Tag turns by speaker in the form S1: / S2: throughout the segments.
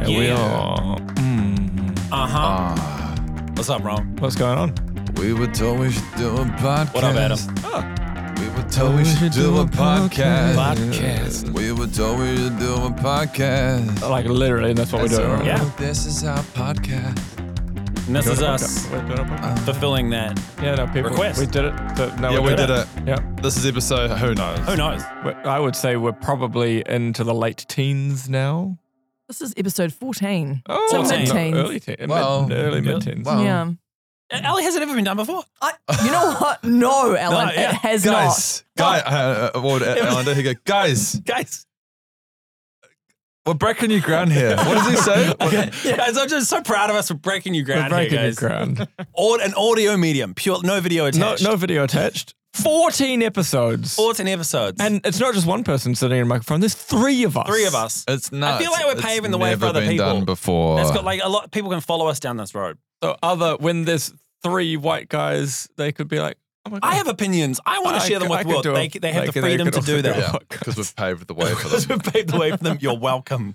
S1: And
S2: Yeah.
S1: we are.
S2: Uh huh.
S1: Ah.
S2: What's up, Rome?
S1: What's going on?
S3: We were told we should do a podcast.
S2: What up, Adam?
S3: We were told we should do a podcast.
S2: Podcast.
S3: We were told we should do a
S4: Oh,
S3: podcast.
S1: Like literally, that's what we're doing. Right?
S2: Yeah.
S3: Yeah. This is our podcast.
S2: And this
S1: Doing
S2: is
S1: a
S2: us
S1: podcast. We're doing a podcast.
S2: fulfilling that.
S1: Yeah, no, people.
S2: Request.
S1: We did it. So, no,
S4: Yeah, we did
S1: it.
S4: it.
S1: Yeah.
S4: This is episode who knows.
S2: Who knows?
S1: We- I would say we're probably into the late teens now.
S5: This is episode 14.
S1: Oh,
S5: So
S1: no,
S5: mid-teens.
S1: early teens.
S3: Well,
S1: early
S2: yeah.
S1: mid teens.
S3: Well,
S5: Yeah.
S2: Uh, Ali has it ever been done before?
S5: I, you know what? No, Alan,
S2: No, yeah.
S5: it has
S4: Guys, guy, uh, uh, what would Alan do? He go, guys,
S2: Guys,
S4: we're breaking new ground here. What does he say?
S2: okay. guys, I'm just so proud of us for breaking new ground
S1: We're breaking
S2: here,
S1: new
S2: guys.
S1: ground.
S2: Aud- an audio medium, pure, no video
S1: no,
S2: attached.
S1: no video attached. 14 episodes.
S2: 14 episodes.
S1: And it's not just one person sitting in a microphone. There's three of us.
S2: three of us.
S3: It's not.
S2: feel like we're paving the way for other
S3: been
S2: people.
S3: done before.
S2: That's got like a lot. People can follow us down this road.
S1: So other when there's three white guys, they could be like, oh my god.
S2: I have opinions. I want to
S1: I
S2: share them
S1: c- I
S2: with
S1: could
S2: the world.
S1: do a-
S2: They, they have
S1: like,
S2: the
S1: they
S2: freedom
S1: could
S2: to
S1: also
S2: do
S1: do
S2: that.
S1: a-
S3: yeah, because we've paved the way for
S2: Because
S3: them.
S2: we paved the way for them. You're welcome.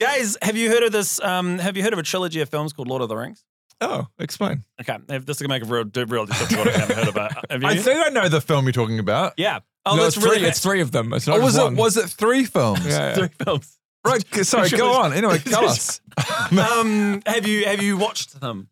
S2: Guys, have you heard of this? Um, have you heard of a trilogy of films called Lord of the Rings?
S1: Oh, explain.
S2: Okay, if this is gonna make a real, do- real difficult. I haven't heard about. Have you?
S4: I think I know the film you're talking about.
S2: yeah. Oh,
S1: no,
S2: that's
S1: it's
S2: really.
S1: three. It's three of them. It's not
S4: Or Oh, was
S1: just
S4: it
S1: one.
S4: was it three films?
S1: Yeah, yeah.
S2: three films.
S4: Right. c- Sorry.
S2: Sure.
S4: Go on. Anyway, tell us.
S2: um, have you have you watched them?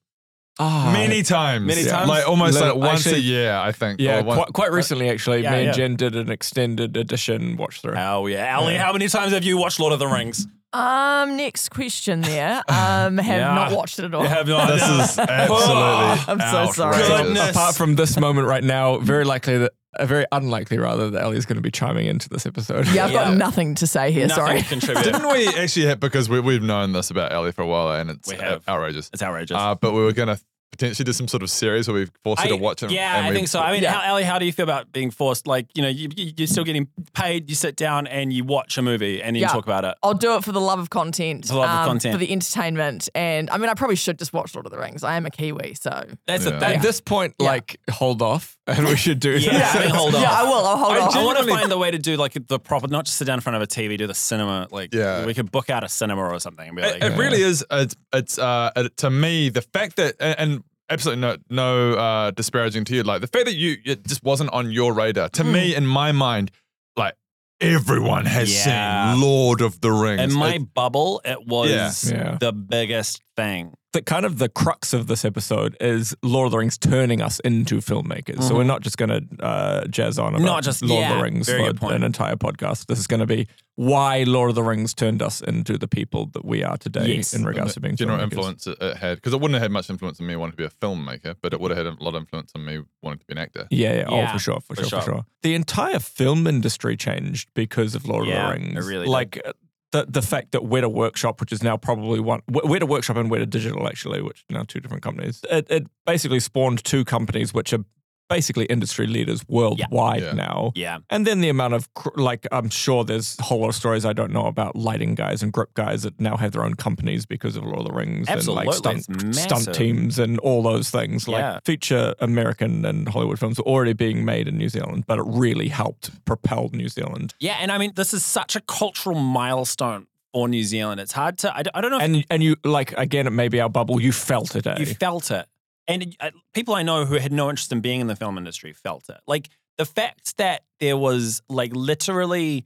S1: Ah,
S4: Many times.
S2: Many times?
S4: Like almost
S1: Little-
S4: like once
S1: actually-
S4: a year, I think.
S1: Yeah,
S4: Or Oh, one-
S1: quite, quite recently actually.
S2: Yeah,
S1: me and
S2: yeah.
S1: Jen did an extended edition watch through.
S2: Oh yeah, Ali. How many times have you watched Lord of the Rings?
S5: not. Um, next question there. Um, have
S2: Yeah.
S5: not watched it at all.
S2: You have not.
S4: This is absolutely.
S5: I'm so sorry.
S4: outrageous.
S2: Goodness.
S1: Apart from this moment right now, very likely that. Uh, very unlikely, rather, that Ellie's going to be chiming into this episode.
S5: yeah, I've
S2: Yeah.
S5: got nothing to say here.
S2: Nothing
S5: Sorry.
S2: to contribute.
S4: Didn't we actually have because we, we've known this about Ellie for a while and it's
S2: We have.
S4: outrageous.
S2: it's outrageous.
S4: Uh, but we were going to potentially do some sort of series where we force you to watch it.
S2: Yeah,
S4: and
S2: I
S4: we-
S2: think so. I mean,
S5: Yeah.
S2: how, Ali, how do you feel about being forced? Like, you know, you, you- you're still getting paid. You sit down and you watch a movie and then
S5: Yeah.
S2: you talk about it.
S5: I'll do it for the love of content. um,
S2: For the love of content.
S5: For the entertainment. And I mean, I probably should just watch Lord of the Rings. I am a Kiwi, so.
S2: That's the
S4: Yeah.
S2: thing.
S1: At this point,
S5: Yeah.
S1: like, hold off, and we should do
S2: Yeah, I think hold on.
S5: Yeah, I will. I'll hold
S2: I,
S5: on.
S2: want to find the way to do like the proper, not just sit down in front of a TV, do the cinema. Like,
S4: Yeah.
S2: we could book out a cinema or something. And be like,
S4: It, it really is. It's, it's uh, it- to me the fact that and, and absolutely no no uh, disparaging to you, like the fact that you it just wasn't on your radar. To me, in my mind, like everyone has
S2: Yeah.
S4: seen Lord of the Rings.
S2: In my
S4: It-
S2: bubble, it was
S4: Yeah.
S1: Yeah.
S2: the biggest thing.
S1: the kind of the crux of this episode is Lord of the Rings turning us into filmmakers. So we're not just going to uh, jazz on about
S2: Mm-hmm. Not just-
S1: Lord of
S2: yeah,
S1: the Rings
S2: very
S1: for
S2: good point.
S1: an entire podcast. This is going to be why Lord of the Rings turned us into the people that we are today
S2: Yes.
S1: in regards to being
S4: general
S1: filmmakers.
S4: influence it, it had because it wouldn't have had much influence on me wanting to be a filmmaker, but it would have had a lot of influence on me wanting to be an actor.
S1: Yeah, yeah,
S2: Yeah,
S1: oh, for sure, for, sure,
S2: for
S1: for
S2: sure.
S1: sure. The entire film industry changed because of Lord
S2: Yeah,
S1: of the Rings.
S2: it really did.
S1: like uh, the the fact that Weta Workshop, which is now probably one W- Weta Workshop and Weta Digital, actually, which are now two different companies, it, it basically spawned two companies which are basically industry leaders worldwide
S4: Yeah.
S1: now.
S2: Yeah.
S1: And then the amount of cr- like, I'm sure there's a whole lot of stories I don't know about lighting guys and grip guys that now have their own companies because of Lord of the Rings and
S2: Absolutely,
S1: like
S2: it's
S1: stunt, stunt
S2: massive.
S1: teams and all those things. Like
S2: Yeah.
S1: feature American and Hollywood films are already being made in New Zealand, but it really helped propel New Zealand.
S2: Yeah. And I mean, this is such a cultural milestone for New Zealand. It's hard to, I, don't- I don't know if
S1: And and you like again, it may be our bubble. You felt it, eh?
S2: you felt it. And it- uh, people I know who had no interest in being in the film industry felt it. Like the fact that there was like literally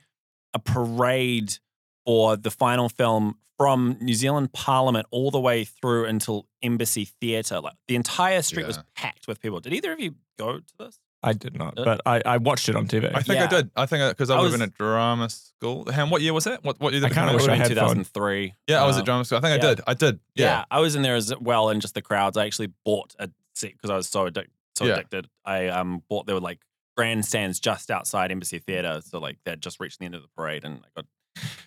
S2: a parade for the final film from New Zealand Parliament all the way through until Embassy Theatre. Like the entire street was
S4: Yeah.
S2: packed with people. Did either of you go to this?
S1: I did not,
S2: Uh,
S1: but I, I watched it on TV.
S4: I think
S2: Yeah.
S4: I did. I think because I,
S2: I
S4: would have
S2: was-
S4: been at drama school. Ham, what year was that? What what year?
S1: I
S4: Did
S1: kinda
S4: come out?
S1: wish
S2: would
S1: I
S2: have been
S1: had fun.
S2: 2003.
S4: Yeah, I was
S2: Um,
S4: at drama school. I think
S2: yeah.
S4: I did. I did.
S2: Yeah.
S4: Yeah.
S2: I was in there as well, and just the crowds. I actually bought a seat because I was so addicted. So
S4: Yeah.
S2: addicted, I um bought there were like grandstands just outside Embassy Theatre, so like they'd just reached the end of the parade, and I got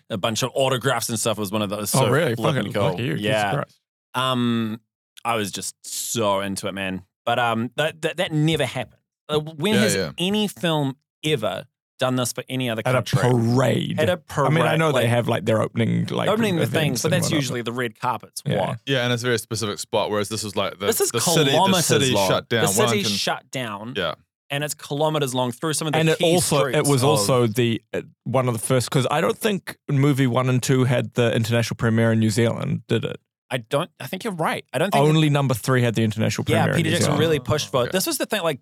S2: a bunch of autographs and stuff. It was one of those.
S1: oh
S2: so
S1: really?
S2: flippin'
S1: Fucking
S2: cool.
S1: lucky you. Jesus
S2: Yeah.
S1: Christ.
S2: Um, I was just so into it, man. But um, that that, that never happened. Uh, when
S4: Yeah,
S2: has
S4: yeah.
S2: any film ever done this for any other
S1: At a
S2: country?
S1: parade.
S2: At a parade.
S1: I mean, I know
S2: like,
S1: they have like their opening, like
S2: opening the things,
S1: events
S2: but
S1: and
S2: that's
S1: whatnot,
S2: usually the red carpets.
S1: Yeah.
S2: What?
S4: Yeah, and it's a very specific spot. Whereas this was like the,
S2: this is
S4: the city, the
S2: kilometers
S4: city
S2: long.
S4: shut down.
S2: The city
S4: Wellington-
S2: shut down.
S4: Yeah.
S2: and it's kilometers long through some of the
S1: and it
S2: key
S1: also it
S2: streets
S1: was
S2: of-
S1: also the uh, one of the first because I don't think movie one and two had the international premiere in New Zealand, did it?
S2: I don't. I think you're right. I don't think.
S1: Only number three had the international premiere.
S2: yeah,
S1: in
S2: Peter
S1: New
S2: Jackson
S1: Zealand.
S2: really pushed for it.
S4: Okay.
S2: This was the thing. Like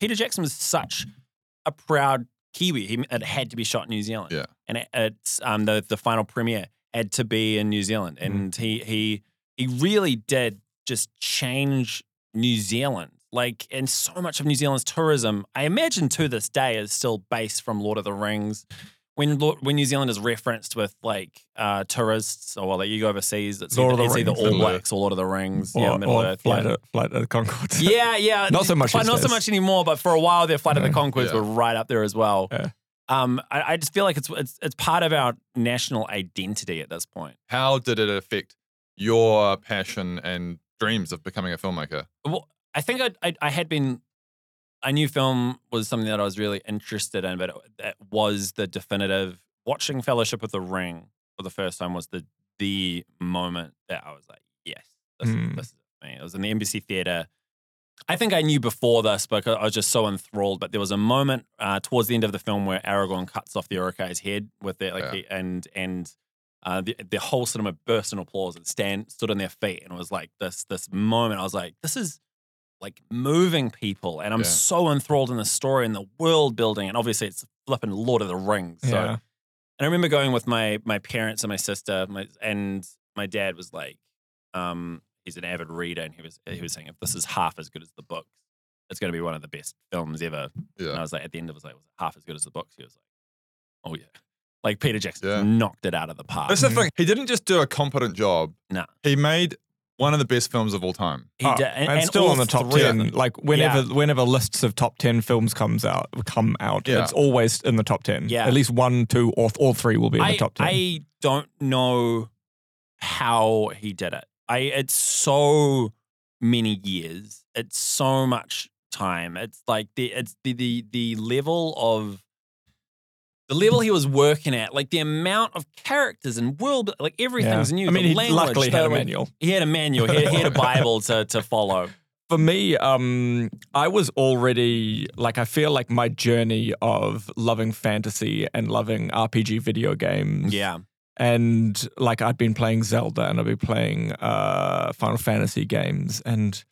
S2: Peter Jackson was such a proud Kiwi. He, it had to be shot in New Zealand.
S4: Yeah.
S2: and it, it's um the the final premiere had to be in New Zealand,
S1: Mm-hmm.
S2: and he he he really did just change New Zealand. Like, and so much of New Zealand's tourism, I imagine to this day, is still based from Lord of the Rings. When Lord, when New Zealand is referenced with like uh, tourists or like you go overseas, it's,
S1: Lord of
S2: either,
S1: the
S2: it's either
S1: Rings,
S2: All
S4: Middle
S2: Blacks or Lord of the Rings, yeah,
S1: Or-
S2: Middle
S1: or
S2: Earth,
S1: Flight
S2: yeah.
S1: of- Flight of the Concorde.
S2: Yeah, yeah.
S1: Not so much
S2: But
S1: these
S2: not so
S1: days.
S2: much anymore. But for a while, their flight of the
S1: Yeah.
S2: Concords
S4: Yeah.
S2: were right up there as well.
S1: Yeah.
S2: Um, I, I just feel like it's, it's it's part of our national identity at this point.
S4: How did it affect your passion and dreams of becoming a filmmaker?
S2: Well, I think I, I I had been. I knew film was something that I was really interested in, but it, that was the definitive. Watching Fellowship of the Ring for the first time was the the moment that I was like, yes, this,
S1: Mm.
S2: is, this is me. It was in the Embassy Theatre. I think I knew before this because I was just so enthralled. But there was a moment uh, towards the end of the film where Aragorn cuts off the Urukai's head with it, like,
S4: Yeah.
S2: he- and and uh, the, the whole cinema burst in applause and stand stood on their feet and was like this this moment. I was like, this is like moving people, and I'm
S4: Yeah.
S2: so enthralled in the story and the world building, and obviously it's flipping Lord of the Rings. So,
S1: Yeah.
S2: and I remember going with my my parents and my sister, my, and my dad was like, um, he's an avid reader, and he was he was saying if this is half as good as the book, it's going to be one of the best films ever. And I
S4: Yeah.
S2: was like, at the end of it, was like, was it half as good as the books? He was like, oh yeah. Like Peter Jackson
S4: Yeah.
S2: knocked it out of the park.
S4: That's the thing. He didn't just do a competent job.
S2: No.
S4: He made one of the best films of all time.
S2: He
S1: Oh,
S2: did,
S1: and, still
S2: all
S1: on the top
S2: three of
S1: ten.
S2: them.
S1: Like whenever whenever lists of top ten films comes out come out,
S4: Yeah.
S1: it's always in the top ten.
S2: Yeah.
S1: At least one, two, or all three will be in
S2: I,
S1: the top ten.
S2: I don't know how he did it. I it's so many years. It's so much time. It's like the it's the the the level of the level he was working at, like the amount of characters and world, like everything's
S1: Yeah.
S2: new.
S1: I mean,
S2: the
S1: he
S2: language,
S1: luckily
S2: the,
S1: had a
S2: like,
S1: manual.
S2: He had a manual. He had, he had a Bible to to follow.
S1: for me, um, I was already like I feel like my journey of loving fantasy and loving RPG video games.
S2: Yeah,
S1: And like I'd been playing Zelda and I'd be playing uh, Final Fantasy games and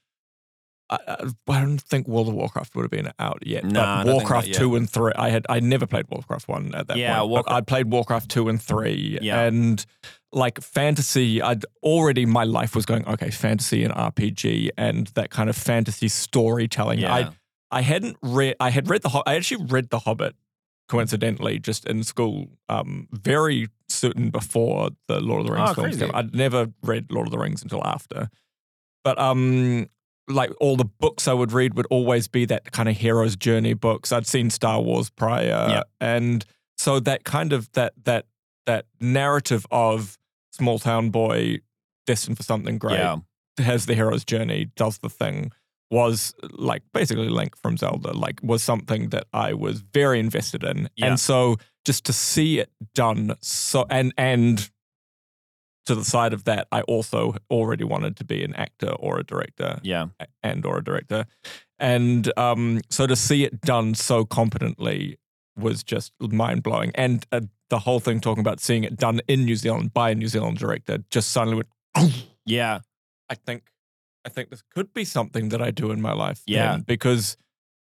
S1: I, I- I don't think World of Warcraft would have been out yet.
S2: No, I don't
S1: but
S2: think
S1: Warcraft
S2: not yet.
S1: two and three, I had I never played Warcraft one at that
S2: Yeah,
S1: point.
S2: Warcraft-
S1: I played Warcraft two and three,
S2: Yeah.
S1: and like fantasy, I'd already my life was going okay, fantasy and RPG and that kind of fantasy storytelling.
S2: yeah.
S1: I I hadn't read. I had read the. Hob- I actually read the Hobbit, coincidentally, just in school. Um, very soon before the Lord of the Rings
S2: Oh,
S1: films.
S2: crazy.
S1: Came. I'd never read Lord of the Rings until after, but um, like all the books I would read would always be that kind of hero's journey books. I'd seen Star Wars prior,
S2: Yeah.
S1: and so that kind of that that that narrative of small town boy destined for something great
S2: yeah,
S1: has the hero's journey, does the thing, was like basically Link from Zelda, like was something that I was very invested in.
S2: Yeah.
S1: And so just to see it done so and and to the side of that, I also already wanted to be an actor or a director
S2: yeah.
S1: and or a director. And um, so to see it done so competently was just mind blowing. And uh, the whole thing talking about seeing it done in New Zealand by a New Zealand director just suddenly went
S2: Yeah.
S1: I think I think this could be something that I do in my life.
S2: Yeah.
S1: then, because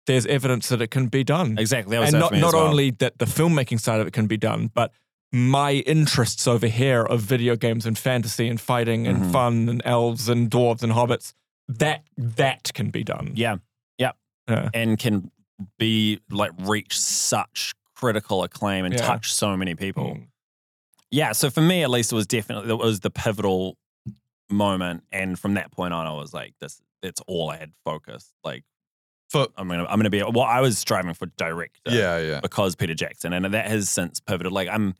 S1: there's evidence that it can be done.
S2: Exactly. That was
S1: And
S2: that
S1: not,
S2: for me as
S1: not
S2: well.
S1: only that the filmmaking side of it can be done, but my interests over here of video games and fantasy and fighting and
S2: Mhm.
S1: fun and elves and dwarves and hobbits, that that can be done.
S2: Yeah. Yeah.
S1: Yeah.
S2: And can be like reach such critical acclaim and
S1: Yeah.
S2: touch so many people.
S1: Mm.
S2: Yeah. So for me, at least, it was definitely, it was the pivotal moment. And from that point on, I was like, this, that's all I had focused. Like,
S4: For
S2: I'm going to, I'm going to be, well, I was striving for director
S4: yeah, yeah.
S2: because Peter Jackson, and that has since pivoted. Like, I'm,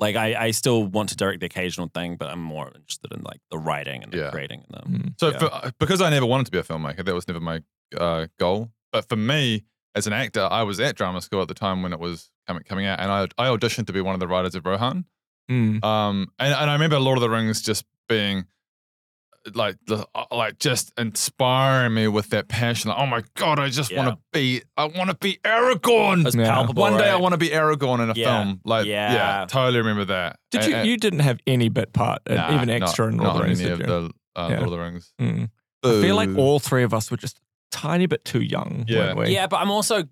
S2: like I, I still want to direct the occasional thing, but I'm more interested in like the writing and the
S4: Yeah.
S2: creating and the
S1: Mm.
S4: So
S2: Yeah.
S4: for, uh, because I never wanted to be a filmmaker, that was never my uh, goal. But for me, as an actor, I was at drama school at the time when it was coming coming out, and I I auditioned to be one of the writers of Rohan.
S1: Mm.
S4: Um, and, and I remember Lord of the Rings just being like the, uh, like just inspiring me with that passion. Like, oh my god, I just
S2: Yeah.
S4: want to be. I want to be Aragorn.
S2: It's
S1: Yeah.
S2: palpable.
S4: One day I
S2: right?
S4: want to be Aragorn in a
S2: Yeah.
S4: film. Like, yeah.
S2: Yeah.
S4: totally remember that.
S1: Did
S4: And-
S1: you?
S4: and-
S1: You didn't have any bit part, uh,
S4: Nah,
S1: even
S4: not-
S1: extra in Lord
S4: not
S1: of the Rings.
S4: any
S1: Did
S4: of
S1: you?
S4: the uh,
S1: Yeah.
S4: Lord of the Rings.
S1: Mm. I feel like
S4: Boo.
S1: all three of us were just tiny bit too young,
S4: Yeah.
S1: weren't we?
S2: Yeah, but I'm also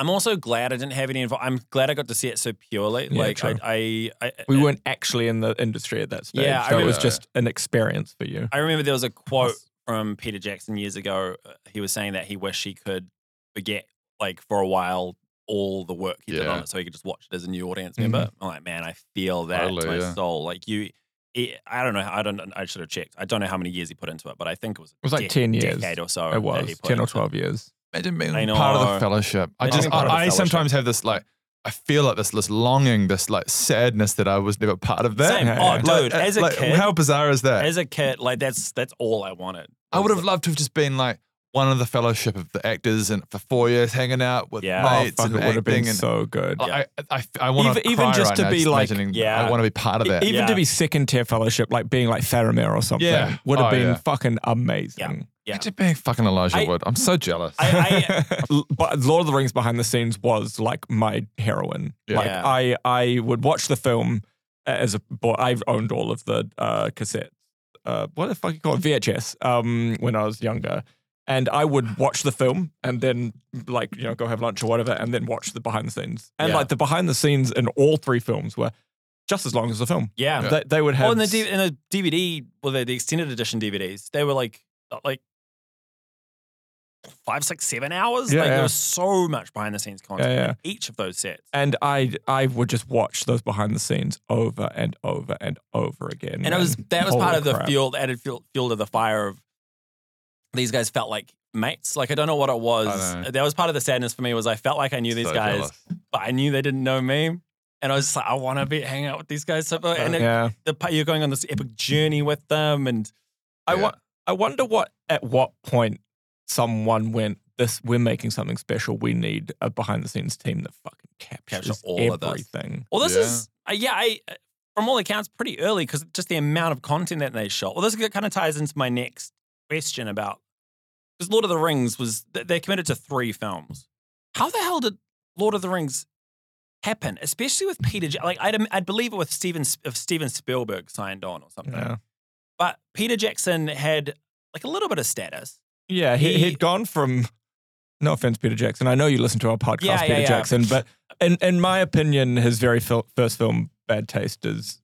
S2: I'm also glad I didn't have any involved. I'm glad I got to see it so purely.
S1: Yeah,
S2: like I,
S1: true.
S2: I, I
S1: We weren't actually in the industry at that stage.
S2: Yeah, I
S1: so it was
S4: remember-
S1: just an experience for you.
S2: I remember there was a quote
S1: Us.
S2: from Peter Jackson years ago. Uh, He was saying that he wished he could forget, like for a while, all the work he did on
S4: Yeah.
S2: it, so he could just watch it as a new audience member.
S1: Mm-hmm.
S2: I'm like, man, I feel that
S4: Totally,
S2: to my
S4: yeah.
S2: soul. Like you, it, I don't know. how- I don't. I should have checked. I don't know how many years he put into it, but I think it was.
S1: It was like
S2: dec-
S1: 10 years.
S2: decade or so.
S1: It
S2: that he
S1: was
S2: put
S1: 10 or
S2: into it.
S1: 12 years.
S4: Imagine being
S2: I
S4: part of
S2: know.
S4: the fellowship. I
S2: Imagine
S4: just,
S2: being part of the
S4: I, I
S2: fellowship.
S4: sometimes have this like, I feel like this, this longing, this like sadness that I was never part of that.
S2: Same.
S1: Yeah,
S2: Oh,
S1: yeah.
S2: dude,
S4: uh,
S2: as a
S4: like,
S2: kid,
S4: how bizarre is that?
S2: as a kid, like that's that's all I wanted.
S4: I would
S2: was
S4: have
S2: like-
S4: loved to have just been like one of the fellowship of the actors and for four years hanging out with
S2: Yeah.
S1: Oh,
S4: mates
S1: fuck, it
S4: and
S1: would have been
S4: acting and.
S1: so good.
S4: I, I, I want
S1: Even-
S4: to
S1: even just to be like-
S2: Yeah. E-,
S4: I want to be part of that.
S1: Even
S2: Yeah.
S1: to be second tier fellowship, like being like Faramir or something,
S4: Yeah.
S1: would have
S4: Oh,
S1: been
S4: yeah.
S1: fucking amazing.
S2: Yeah.
S4: Imagine being fucking Elijah
S2: I-
S4: Wood. I'm so jealous.
S2: I, I,
S1: L- but Lord of the Rings behind the scenes was like my heroine.
S4: Yeah.
S1: Like
S2: Yeah.
S1: I, I would watch the film as a boy. I've owned all of the uh, cassettes. Uh, what the fuck you call it? VHS. Um, when I was younger, and I would watch the film and then like you know go have lunch or whatever, and then watch the behind the scenes. And
S2: Yeah.
S1: like the behind the scenes in all three films were just as long as the film.
S2: yeah.
S1: They, they would have.
S2: Well, in the, D- in the DVD, well, the, the extended edition DVDs, they were like, uh, like five, six, seven hours.
S1: Yeah,
S2: like
S1: yeah.
S2: there was so much behind the scenes
S1: yeah,
S2: content.
S1: yeah.
S2: in Each of those sets.
S1: And I, I would just watch those behind the scenes over and over and over again.
S2: And it was that was
S1: holy
S2: part of the
S1: crap.
S2: fuel added fuel, fuel to the fire of these guys felt like mates. Like I don't know what it
S4: I
S2: was.
S4: know.
S2: That was part of the sadness for me was I felt like I knew these
S4: So
S2: guys,
S4: jealous.
S2: but I knew they didn't know me. And I was just like, I want to be hang out with these guys. So, and it,
S1: yeah.
S2: the part you're going on this epic journey with them, and
S1: I
S4: Yeah.
S1: want. I wonder what at what point someone went. This we're making something special. We need a behind the scenes team that fucking captures
S2: Capture all of this.
S1: everything.
S2: Well, this
S4: Yeah.
S2: is uh, yeah, I uh, from all accounts pretty early because just the amount of content that they shot. Well, this kind of ties into my next question about because Lord of the Rings was th- they committed to three films. How the hell did Lord of the Rings happen? Especially with Peter, J- like I'd im- I'd believe it with Steven S- if Steven Spielberg signed on or something.
S1: Yeah,
S2: But Peter Jackson had like a little bit of status.
S1: yeah. He,
S2: He-
S1: he'd gone from. No offense, Peter Jackson. I know you listen to our podcast,
S2: Yeah, yeah,
S1: Peter
S2: yeah.
S1: Jackson. But in in my opinion, his very fil- first film, Bad Taste, is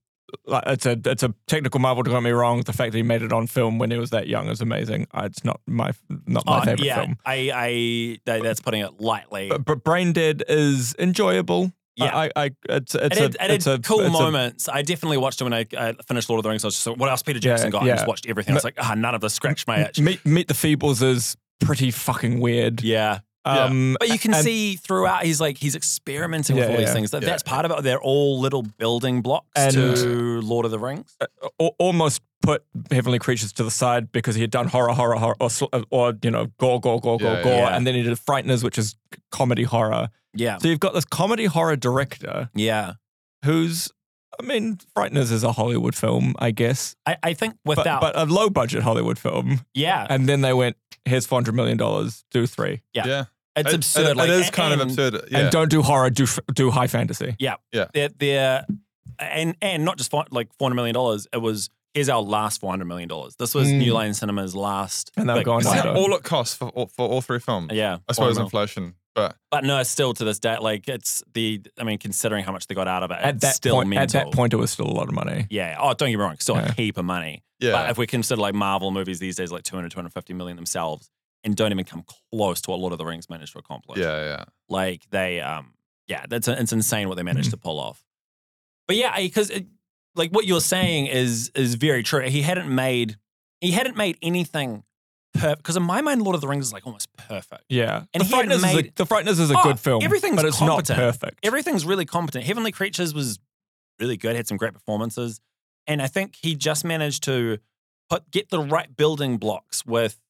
S1: like it's a it's a technical marvel. Don't get me wrong. The fact that he made it on film when he was that young is amazing. Uh, It's not my not my
S2: Oh,
S1: favorite
S2: yeah,
S1: film.
S2: I I that, that's putting it lightly.
S1: but, but Brain Dead is enjoyable.
S2: Yeah.
S1: I, I, I it's it's
S2: It had,
S1: a
S2: it
S1: it's
S2: had
S1: a
S2: cool
S1: it's a-
S2: moments. I definitely watched it when I uh, finished Lord of the Rings. I was just like, what else Peter Jackson
S1: Yeah,
S2: got? I
S1: yeah.
S2: just watched everything. I was like, ah, none of this scratched my itch.
S1: meet Meet the Feebles is pretty fucking weird.
S2: Yeah.
S1: Um,
S2: But you can
S1: and-
S2: see throughout, he's like, he's experimenting with
S1: Yeah,
S2: all these
S1: yeah,
S2: things. That,
S4: yeah.
S2: That's part of it. They're all little building blocks
S1: And- Uh,
S2: to Lord of the Rings.
S1: al- almost put Heavenly Creatures to the side because he had done horror, horror, horror, or, sl- or you know, gore, gore, gore, gore,
S4: Yeah,
S1: gore,
S2: yeah.
S1: and then he did Frighteners, which is c- comedy horror.
S2: Yeah.
S1: So you've got this comedy horror director
S2: Yeah.
S1: who's, I mean, Frighteners is a Hollywood film, I guess,
S2: I, I think
S1: but,
S2: without,
S1: but a low budget Hollywood film,
S2: yeah,
S1: and then they went, here's four hundred million dollars, do three.
S2: Yeah.
S4: Yeah.
S2: it's
S4: It-
S2: absurd.
S4: It,
S2: like,
S4: it is kind
S2: and-
S4: of absurd. Yeah.
S1: and don't do horror, do f- do high fantasy.
S2: they're, they're and and not just fi- like four hundred million dollars. It was here's our last four hundred million dollars. This was
S1: Mm.
S2: New Line Cinema's last.
S1: And they were
S2: big
S1: going
S4: Is
S1: I
S4: that
S1: don't-
S2: payday.
S4: all it costs for all, for all three films?
S2: Yeah,
S4: I
S2: $400
S4: suppose
S2: million.
S4: inflation, but
S2: But no, still to this day, like it's the. I mean, considering how much they got out of it,
S1: At
S2: it's
S1: that
S2: still
S1: point,
S2: mental.
S1: at that point, it was still a lot of money.
S2: yeah. Oh, don't get me wrong, still
S1: Yeah.
S2: a heap of money. But
S4: yeah,
S2: if we consider like Marvel movies these days, like 200, 250 million themselves, and don't even come close to what Lord of the Rings managed to accomplish.
S4: yeah, yeah.
S2: Like they, um, yeah, that's it's insane what they managed
S1: Mm-hmm.
S2: to pull off. But yeah, because like what you're saying is is very true. He hadn't made he hadn't made anything perfect because in my mind, Lord of the Rings is like almost perfect.
S1: Yeah,
S2: And
S1: the
S2: he hadn't
S1: Frighteners, is a,
S2: made-
S1: the Frighteners is a
S2: Oh,
S1: good film.
S2: everything's
S1: but it's
S2: competent.
S1: not perfect.
S2: everything's really competent. Heavenly Creatures was really good, had some great performances. And I think he just managed to put get the right building blocks with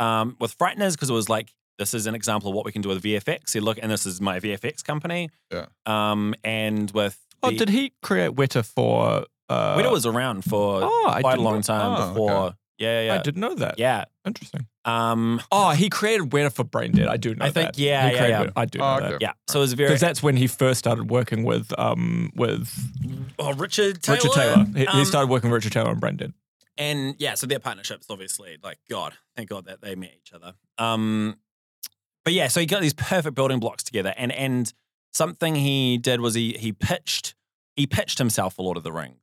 S2: um, with Frighteners because it was like this is an example of what we can do with VFX. You look, and this is my VFX company.
S4: Yeah.
S2: Um, and with
S1: oh,
S2: the-
S1: did he create Witter for? Uh,
S2: Witter was around for
S1: oh, I
S2: quite a
S1: did
S2: long
S1: not-
S2: time
S4: oh,
S2: before Yeah, yeah,
S1: I
S2: yeah.
S1: didn't know that.
S2: yeah.
S1: Interesting.
S2: Um,
S1: Oh, he created Weta for Brain Dead. I do know
S2: I think-
S1: that.
S2: yeah,
S1: He
S2: yeah,
S1: created
S2: yeah.
S1: Weta- I do know
S4: Oh,
S1: that.
S4: okay.
S2: yeah. So it was very
S1: Because that's when he first started working with um with
S2: oh, Richard Taylor.
S1: Richard Taylor. He, he
S2: Um,
S1: started working with Richard Taylor on Brain Dead.
S2: and yeah, so their partnerships obviously like God, thank God that they met each other. Um, but yeah, so he got these perfect building blocks together, and and something he did was he he pitched he pitched himself for Lord of the Rings.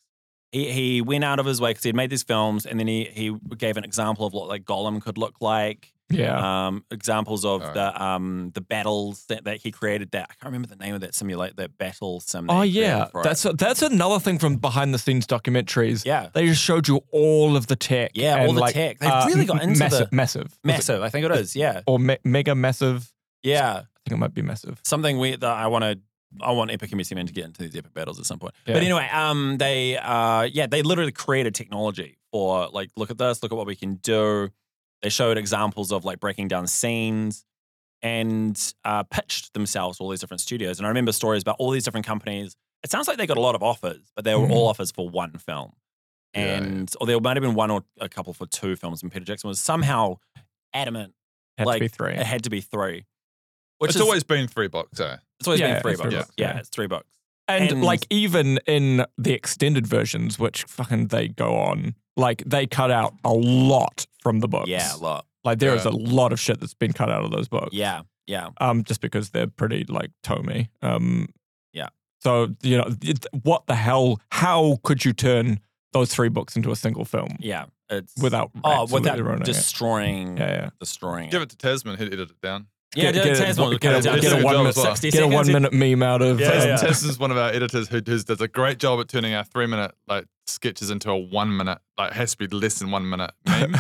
S2: He he went out of his way because he had made these films, and then he he gave an example of what like Gollum could look like.
S1: Yeah.
S2: Um, examples of
S4: Alright.
S2: the um the battles that, that he created. That I can't remember the name of that simulate that battle sim. that
S1: oh
S2: he created
S1: yeah.
S2: for it.
S1: That's that's another thing from behind the scenes documentaries.
S2: yeah.
S1: They just showed you all of the tech.
S2: Yeah, all
S1: and,
S2: the
S1: like,
S2: tech. They
S1: uh,
S2: really got
S1: m-
S2: into
S1: massive,
S2: the
S1: massive, Was it-
S2: massive. I think it is. Yeah,
S1: or me- mega massive.
S2: yeah.
S1: I think it might be massive.
S2: something we that I want to. I want Epic and MCMN to get into these epic battles at some point.
S1: Yeah.
S2: But anyway, um, they uh, yeah, they literally created technology for like, look at this, look at what we can do. They showed examples of like breaking down scenes and uh, pitched themselves to all these different studios. And I remember stories about all these different companies. It sounds like they got a lot of offers, but they were
S1: Mhm.
S2: all offers for one film,
S4: Mm-hmm. Yeah, yeah.
S2: and or there might have been one or a couple for two films. And Peter Jackson was somehow adamant
S1: Had
S2: like,
S1: to be three.
S2: it had to be three. Which
S4: it's
S2: is,
S4: always been three bucks, eh?
S2: it's always
S1: Yeah,
S2: been three
S1: it's
S2: bucks.
S1: three
S2: Yeah.
S1: bucks, yeah.
S2: it's three bucks.
S1: And,
S2: And-
S1: like even in the extended versions, which fucking they go on, like they cut out a lot from the books.
S2: Yeah, a lot.
S1: like there is
S4: Yeah.
S1: a lot of shit that's been cut out of those books.
S2: Yeah, yeah,
S1: um, just because they're pretty like Tomy. Um,
S2: Yeah.
S1: So you know it, what the hell? How could you turn those three books into a single film
S2: yeah. It's
S1: without
S2: oh,
S1: absolutely
S2: without
S1: ruining
S2: destroying,
S1: it? Yeah, yeah.
S2: destroying.
S4: Give
S2: It.
S4: it to Tasman. He'd edit it down.
S2: Yeah,
S1: Get-
S2: yeah,
S1: get a-
S2: Tasman,
S1: get a-
S2: down
S4: get a
S2: to
S4: one minute-
S2: 60
S1: Get a
S2: seconds.
S1: one-minute meme out of
S2: Yeah,
S1: uh,
S2: yeah.
S4: Tasman's one of our editors who who does a great job at turning our three minute like sketches into a one minute like has to be less than one minute meme,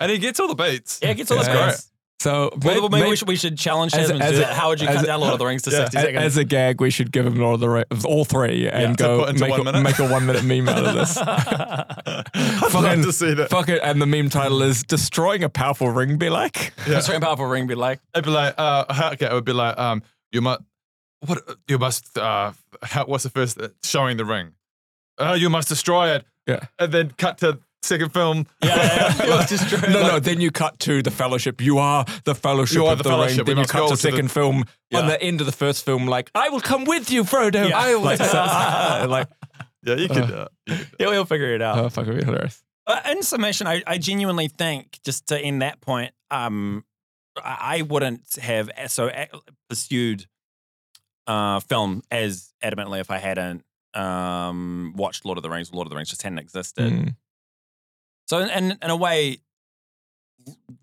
S4: and he gets all the beats.
S2: Yeah, it gets all
S1: Yeah.
S2: the scores.
S1: So
S2: Well, maybe,
S1: may-
S2: we, should, we should challenge
S1: As-
S2: Tasman to
S1: as
S2: do
S1: a-
S2: that. How would you
S1: as
S2: cut
S1: a-
S2: down Lord of the Rings to
S4: yeah,
S2: 60
S1: a-
S2: seconds?
S1: as a gag, we should give him Lord of the Ra- all three and
S4: To
S1: go
S4: put into
S1: make
S4: one
S1: a,
S4: minute.
S1: make a one minute meme out of this.
S4: I'd love
S1: Fucking-
S4: to see that.
S1: Fuck it, and the meme title is "Destroying a Powerful Ring." Be like,
S4: Yeah.
S2: That's powerful ring be like,
S4: It'd be like, uh, how- okay, it would be like, um, you must, what, you must, uh, how, what's the first uh, showing the ring? Uh, you must destroy it.
S1: Yeah.
S4: And then cut to second film.
S2: yeah, yeah, yeah.
S4: Like,
S2: Let's destroy
S1: no,
S2: it.
S1: no. Then you cut to the Fellowship. You are the Fellowship
S4: You are
S1: of
S4: the
S1: the,
S4: Fellowship.
S1: Ring.
S4: We
S1: Then you
S4: must
S1: cut
S4: go
S1: to
S4: to the-
S1: second film.
S4: Yeah.
S1: On the end of the first film, like I will come with you, Frodo.
S2: Yeah.
S1: I will. Like, so- like
S4: yeah, you could. Uh, you could-
S2: Yeah, we'll figure it out.
S1: oh, fuck, it'd be hilarious.
S2: Uh, in summation, I, I genuinely think, just to end that point, um, I, I wouldn't have uh, so uh, pursued uh, film as adamantly if I hadn't um, watched Lord of the Rings. Lord of the Rings just hadn't existed.
S1: Mm.
S2: So, in, in, in a way,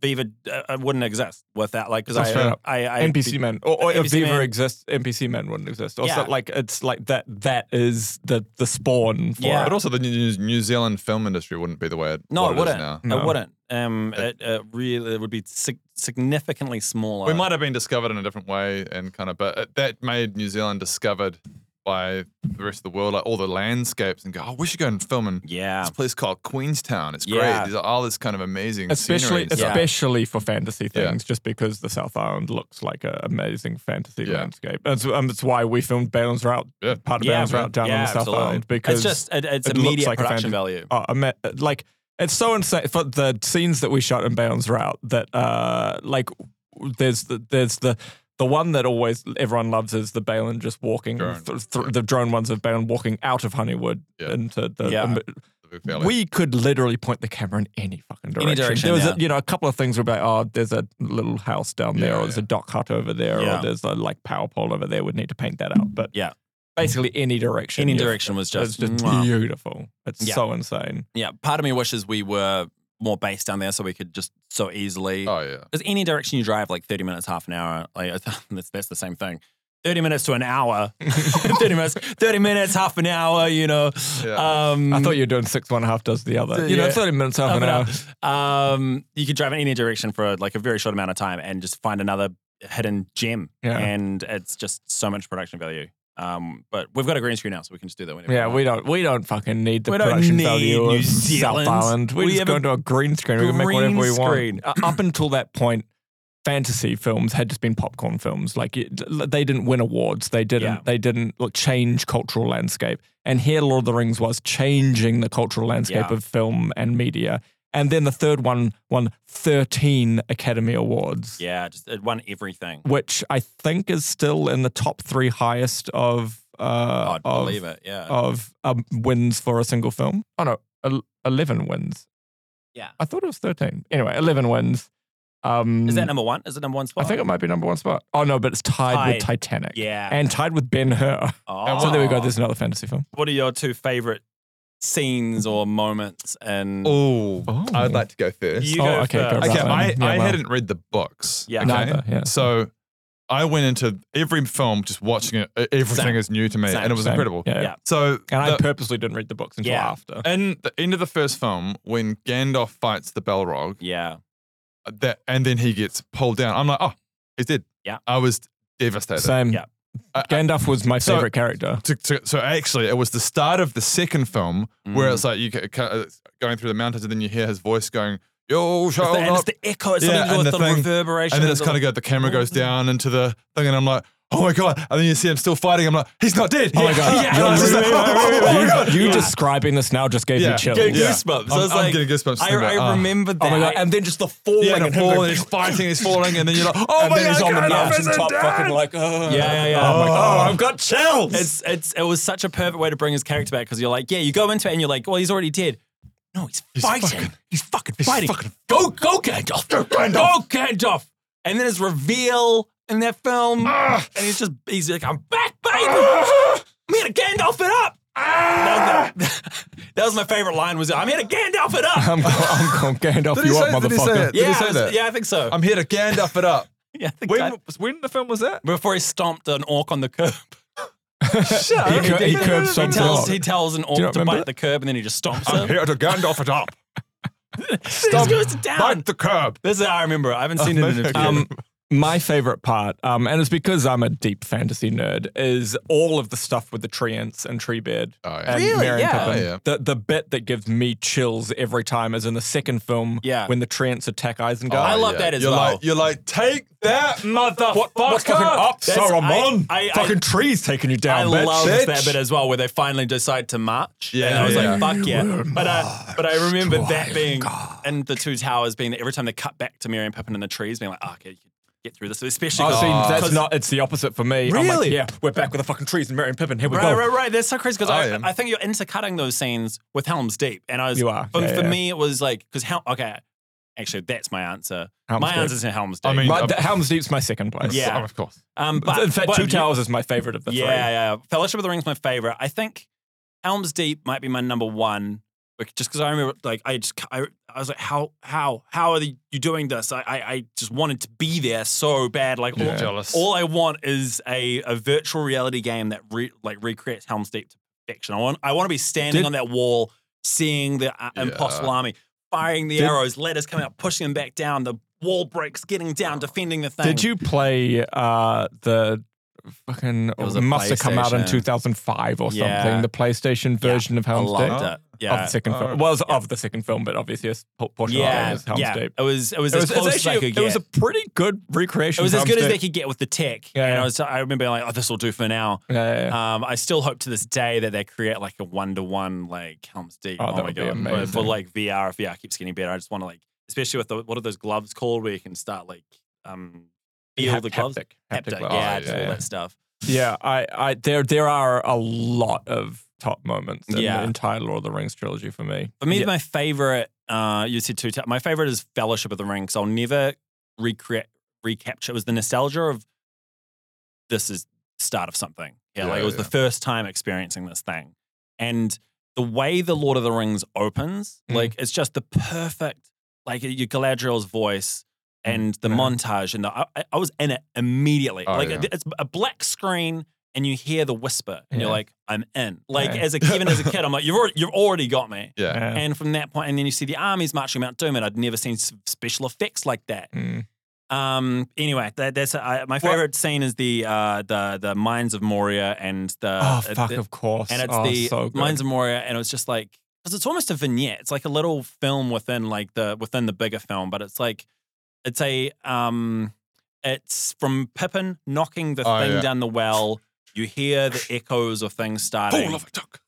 S2: Viva uh, wouldn't exist without, like, because
S1: That's fair
S2: I,
S1: enough.
S2: I, I,
S1: NPC men, or, or if
S2: NPC
S1: Viva
S2: men.
S1: exists, NPC men wouldn't exist. Or
S2: Yeah.
S1: so- like it's like that. That is the the spawn for
S2: Yeah.
S1: it.
S4: But also, the New, New Zealand film industry wouldn't be the way it,
S2: No,
S4: what
S2: it
S4: is
S2: wouldn't.
S4: now.
S1: No.
S2: It wouldn't. Um,
S4: It-
S2: it, it really it would be sig- significantly smaller.
S4: We might have been discovered in a different way, and kind of, but it, that made New Zealand discovered by the rest of the world, like all the landscapes, and go, oh, we should go and film in
S2: Yeah.
S4: this place called Queenstown. It's
S2: Yeah.
S4: great. There's all this kind of amazing, scenery
S1: especially
S4: and stuff.
S1: especially for fantasy
S4: Yeah.
S1: things, just because the South Island looks like an amazing fantasy
S4: Yeah.
S1: landscape. That's um, it's why we filmed Balance Route,
S4: Yeah.
S1: part of
S2: Yeah,
S1: Balance
S2: man.
S1: Route down on
S2: Yeah,
S1: the South
S2: absolutely.
S1: Island because
S2: It's just, it, it's
S1: it looks
S2: immediate
S1: like a
S2: production
S1: fantasy-
S2: value.
S1: uh, I mean, like it's so insane for the scenes that we shot in Balance Route that uh like there's the, there's the the one that always everyone loves is the Balin just walking
S4: Drone.
S1: th- th- the drone ones of Balin walking out of Honeywood
S4: Yeah.
S1: into the
S2: Yeah.
S1: um,
S4: The Big Valley.
S1: we could literally point the camera in any fucking direction.
S2: direction,
S1: there was,
S2: yeah.
S1: a, you know, a couple of things were like, oh, there's a little house down there,
S4: Yeah,
S1: or there's
S4: yeah.
S1: a dock hut over there,
S2: Yeah.
S1: or there's a like power pole over there. We'd need to paint that out, but
S2: Yeah.
S1: basically any direction.
S2: Any
S1: yeah.
S2: direction was
S1: It's
S2: just,
S1: just
S2: mwah.
S1: beautiful. It's
S2: Yeah.
S1: so insane.
S2: yeah. Part of me wishes we were more based down there so we could just so easily
S4: Oh yeah.
S2: because any direction you drive, like thirty minutes, half an hour, like I th- that's that's the same thing. Thirty minutes to an hour, thirty minutes, thirty minutes, half an hour. You know,
S4: Yeah.
S2: um,
S1: I thought you were doing six one half does the other.
S2: Uh,
S1: You know,
S2: yeah.
S1: thirty minutes half
S2: Half
S1: an
S2: an
S1: hour.
S2: um, you could drive in any direction for like a very short amount of time and just find another hidden gem,
S1: Yeah.
S2: and it's just so much production value. Um, but we've got a green screen now, so we can just do that whenever.
S1: Yeah,
S2: want.
S1: we don't we don't fucking need the
S2: We don't
S1: production
S2: need
S1: value
S2: New
S1: of
S2: Zealand.
S1: South Island. We,
S2: We
S1: just
S2: have
S1: go
S2: a
S1: into a green screen. We can make
S2: green
S1: whatever we
S2: screen.
S1: want. Uh, Up until that point, fantasy films had just been popcorn films. Like it, they didn't win awards. They didn't.
S2: Yeah.
S1: They didn't like, change cultural landscape. And here, Lord of the Rings was changing the cultural landscape
S2: Yeah.
S1: of film and media. And then the third one won 13 Academy Awards,
S2: Yeah, just it won everything.
S1: which I think is still in the top three highest of uh,
S2: I'd
S1: of,
S2: believe it. Yeah.
S1: of um, wins for a single film. Oh no, el- 11 wins.
S2: Yeah.
S1: I thought it was 13. Anyway, 11 wins. Um,
S4: Mm.
S2: Is that number one? Is it number one
S1: I
S2: spot?
S1: think it might be number one spot. Oh no, but it's tied, with
S2: Tied.
S1: Titanic.
S2: Yeah.
S1: And tied with Ben Hur.
S2: oh.
S1: So there we go. There's another fantasy film.
S2: What are your two favorite scenes or moments? And
S4: Oh,
S1: Oh.
S4: I'd like to go first.
S2: Um, you
S1: Oh,
S2: go
S1: okay, go
S2: first.
S1: right.
S4: okay,
S1: Rather
S4: I,
S1: than- yeah,
S4: I
S1: well.
S4: hadn't read the books.
S2: Yeah.
S4: okay?
S1: Neither. Yeah.
S4: So I went into every film just watching it. e- Everything
S2: Same.
S4: is new to me,
S2: Same.
S4: and it was
S1: Same.
S4: incredible.
S1: Yeah.
S2: Yeah.
S4: So
S1: And I
S4: the-
S1: purposely didn't read the books until
S2: Yeah.
S1: after.
S4: in the end of the first film, when Gandalf fights the Balrog,
S2: yeah,
S4: that and then he gets pulled down. I'm like, oh, he's dead.
S2: Yeah.
S4: I was devastated.
S1: Same.
S2: Yeah.
S4: I- I-
S1: Gandalf was my
S4: Uh, So-
S1: favorite character.
S4: to, to, so actually, it was the start of the second film where
S2: Mm.
S4: it's like you ca- ca- uh, going through the mountains, and then you hear his voice going, "You
S2: It's
S4: shall
S2: the, and it's
S4: not."
S2: the echo. It's something to
S4: Yeah,
S2: do
S4: and
S2: with
S4: the
S2: the,
S4: thing-
S2: reverberation.
S4: And then it's kind of go. The camera goes down into the thing, and I'm like, "Oh my god!" And then you see him still fighting. I'm like, "He's not dead."
S1: Oh my god!
S2: Yeah.
S1: You're
S4: I was just like,
S1: really-
S4: "Oh my
S1: you-
S4: God."
S1: you
S2: Yeah.
S1: describing this now just gave me chills.
S2: Gave
S4: Yeah.
S2: goosebumps. I
S4: I'm,
S2: was
S4: I'm
S2: like,
S4: getting goosebumps.
S2: I,
S4: thinking about,
S2: I
S4: "Ah."
S2: remember that.
S1: Oh my god! And then just the falling
S4: Yeah,
S1: and
S4: and
S1: him
S4: falling,
S1: going-
S4: he's fighting, he's falling, and then you're like, oh
S1: and
S4: my
S1: then he's
S4: god,
S1: on the
S4: Gandalf
S1: mountain
S4: isn't
S1: top,
S4: dead!
S1: fucking like, oh
S2: Yeah, yeah, yeah.
S1: Oh, my
S4: Oh.
S1: God, I've got chills.
S2: it's it's it was such a perfect way to bring his character back because you're like, yeah, you go into it and you're like, well, he's already dead. No, he's,
S4: He's
S2: fighting.
S4: fucking-
S2: he's fucking
S4: he's
S2: fighting.
S4: fucking-
S2: go, go, Gandalf. Go, Gandalf. Go, Gandalf. And then his reveal in that film,
S4: Ah.
S2: and he's just he's like, I'm back, baby. I'm here to Gandalf it up.
S4: Ah.
S2: That was, the- that was my favorite line. Was I'm here to Gandalf it up.
S1: I'm, go- I'm going Gandalf
S4: Did he
S1: you up,
S4: say- did he say
S1: motherfucker.
S4: it? Did
S2: yeah,
S4: he say
S2: I was-
S4: that?
S2: yeah, I think so.
S4: I'm here to Gandalf it up.
S2: yeah, I think
S4: When,
S2: that-
S4: when the film was that?
S2: before he stomped an orc on the curb.
S1: He, cur- he curbed
S2: He
S1: some
S2: tells,
S1: dog.
S2: he tells an orc
S1: you
S2: to
S1: not remember
S2: bite
S1: that?
S2: the curb and then he just stomps
S4: I'm
S2: him.
S4: here to Gandalf it up.
S2: Stomp. goes down.
S4: Bite the Oh, curb.
S2: This is how I remember. it. I haven't seen it in a few.
S1: Um, my favorite part, um, and it's because I'm a deep fantasy nerd, is all of the stuff with the tree ants and tree beard.
S4: Oh, yeah.
S1: and
S2: Really?
S1: Merry and
S2: Yeah.
S1: Pippin.
S4: Oh, yeah.
S1: The the bit that gives me chills every time is in the second film
S2: Yeah.
S1: when the Treants attack Isengard.
S4: Oh,
S2: I love that as
S4: you're
S2: well.
S4: Like, you're like, take that motherfucker.
S1: what, what's fucking up,
S2: That's-
S1: Saruman?
S2: Oh, I- I- I-
S1: fucking trees taking you
S2: I
S1: down, bitch.
S2: love
S4: bitch.
S2: that bit as well, where they finally decide to march.
S4: Yeah,
S2: and I was
S4: yeah.
S2: like, "Fuck yeah!" But I, but I remember that being and the two towers being that every time they cut back to Merry and Pippin in the trees, being like, oh, "Okay, you can get through this." Especially,
S1: Oh,
S2: 'cause-
S1: see, that's
S2: 'cause-
S1: not. It's the opposite for me. I'm like,
S2: Really?
S1: yeah, we're back with the fucking trees and Merry and Pippin. Here we
S2: Right,
S1: go.
S2: right, right. That's so crazy because
S4: I am.
S2: I, I think you're intercutting those scenes with Helm's Deep, and I was.
S1: You are.
S2: But
S1: Yeah,
S2: for
S1: yeah.
S2: me, it was like because Helm. Okay, actually, that's my answer.
S1: Helm's
S2: my
S1: Deep.
S2: answer's in Helm's Deep.
S4: I mean,
S1: But the Helm's Deep's my second place.
S2: Yeah.
S4: Oh, of course.
S2: um, but,
S1: in fact,
S2: but
S1: Two
S2: you-
S1: Towers is my favorite of the
S2: yeah,
S1: three.
S2: yeah. Fellowship of the Ring's my favorite. I think Helm's Deep might be my number one, bec- just because I remember, like, I just, ca- I, I was like, how, how, how are the- you doing this? I, I, I just wanted to be there so bad. Like, all,
S4: Jealous.
S2: all I want is a, a virtual reality game that re, like recreates Helm's Deep to perfection. I want, I want to be standing
S1: Did-
S2: on that wall, seeing the uh,
S4: Yeah.
S2: impossible army, firing the
S1: Did-
S2: arrows, letters coming up, pushing them back down. The wall breaks, getting down, defending the thing.
S1: Did you play uh, the fucking
S2: It was a
S1: it must have come out in
S2: PlayStation.
S1: 2005 or something?
S2: Yeah.
S1: The PlayStation version of
S2: I
S1: Helm's Deep
S2: loved it.
S1: of
S2: Yeah.
S1: the second film.
S4: Oh.
S1: Well, it was of the second film, but obviously a s- po- portion of it
S2: Yeah,
S1: is Helm's
S2: yeah.
S1: Deep.
S2: It was it was
S1: It
S2: as
S1: was, it's
S2: close as I
S1: actually,
S2: could
S1: it
S2: get.
S1: was a pretty good recreation.
S2: It was
S1: of
S2: as good as
S1: Helm's
S2: they
S1: Deep.
S2: could get with the tech.
S1: Yeah.
S2: And I was I remember being like, oh, this will do for now.
S1: Yeah, yeah, yeah.
S2: Um, I still hope to this day that they create like a one to one like Helms Deep.
S1: Oh, that
S2: my
S1: would be
S2: god! But
S1: amazing.
S2: For like VR, if VR keeps getting better, I just want to like, especially with the, what are those gloves called, where you can start like um feel
S1: Hap-
S2: the gloves,
S1: haptic-
S2: haptic,
S1: haptic
S2: yeah,
S1: glove.
S4: yeah,
S2: just all
S1: yeah.
S2: that stuff.
S1: Yeah, I, I, there, there are a lot of top moments in
S2: Yeah.
S1: the entire Lord of the Rings trilogy for me.
S2: For me,
S1: Yeah.
S2: my favorite, uh, you said two. T- my favorite is Fellowship of the Ring. Cause I'll never recreate, recapture. It was the nostalgia of this is start of something. Yeah,
S4: Yeah,
S2: like it was the
S4: yeah.
S2: first time experiencing this thing, and the way the Lord of the Rings opens,
S1: Mm.
S2: like it's just the perfect, like your Galadriel's voice and the
S1: Mm, Yeah.
S2: montage, and the, I, I- I was in it immediately.
S4: Oh,
S2: like
S4: yeah.
S2: it- it's a black screen. And you hear the whisper, and you're
S1: Yeah.
S2: like, "I'm in." Like
S1: Yeah.
S2: as a even as a kid, I'm like, "You've already, you've already got me."
S4: Yeah.
S1: Yeah.
S2: And from that point, and then you see the armies marching Mount Doom, and I'd never seen s- special effects like that.
S1: Mm.
S2: Um, anyway, that, that's uh, my
S1: Well-
S2: favorite scene is the uh, the the mines of Moria and the
S1: oh
S2: uh,
S1: fuck!
S2: the-
S1: of course,
S2: and it's
S1: Oh,
S2: the
S1: so good.
S2: mines of Moria, and it was just like because it's almost a vignette. It's like a little film within like the within the bigger film, but it's like it's a um, it's from Pippin knocking the
S4: Oh,
S2: thing
S4: yeah.
S2: down the well. You hear the echoes of things starting
S4: Fool of a duck.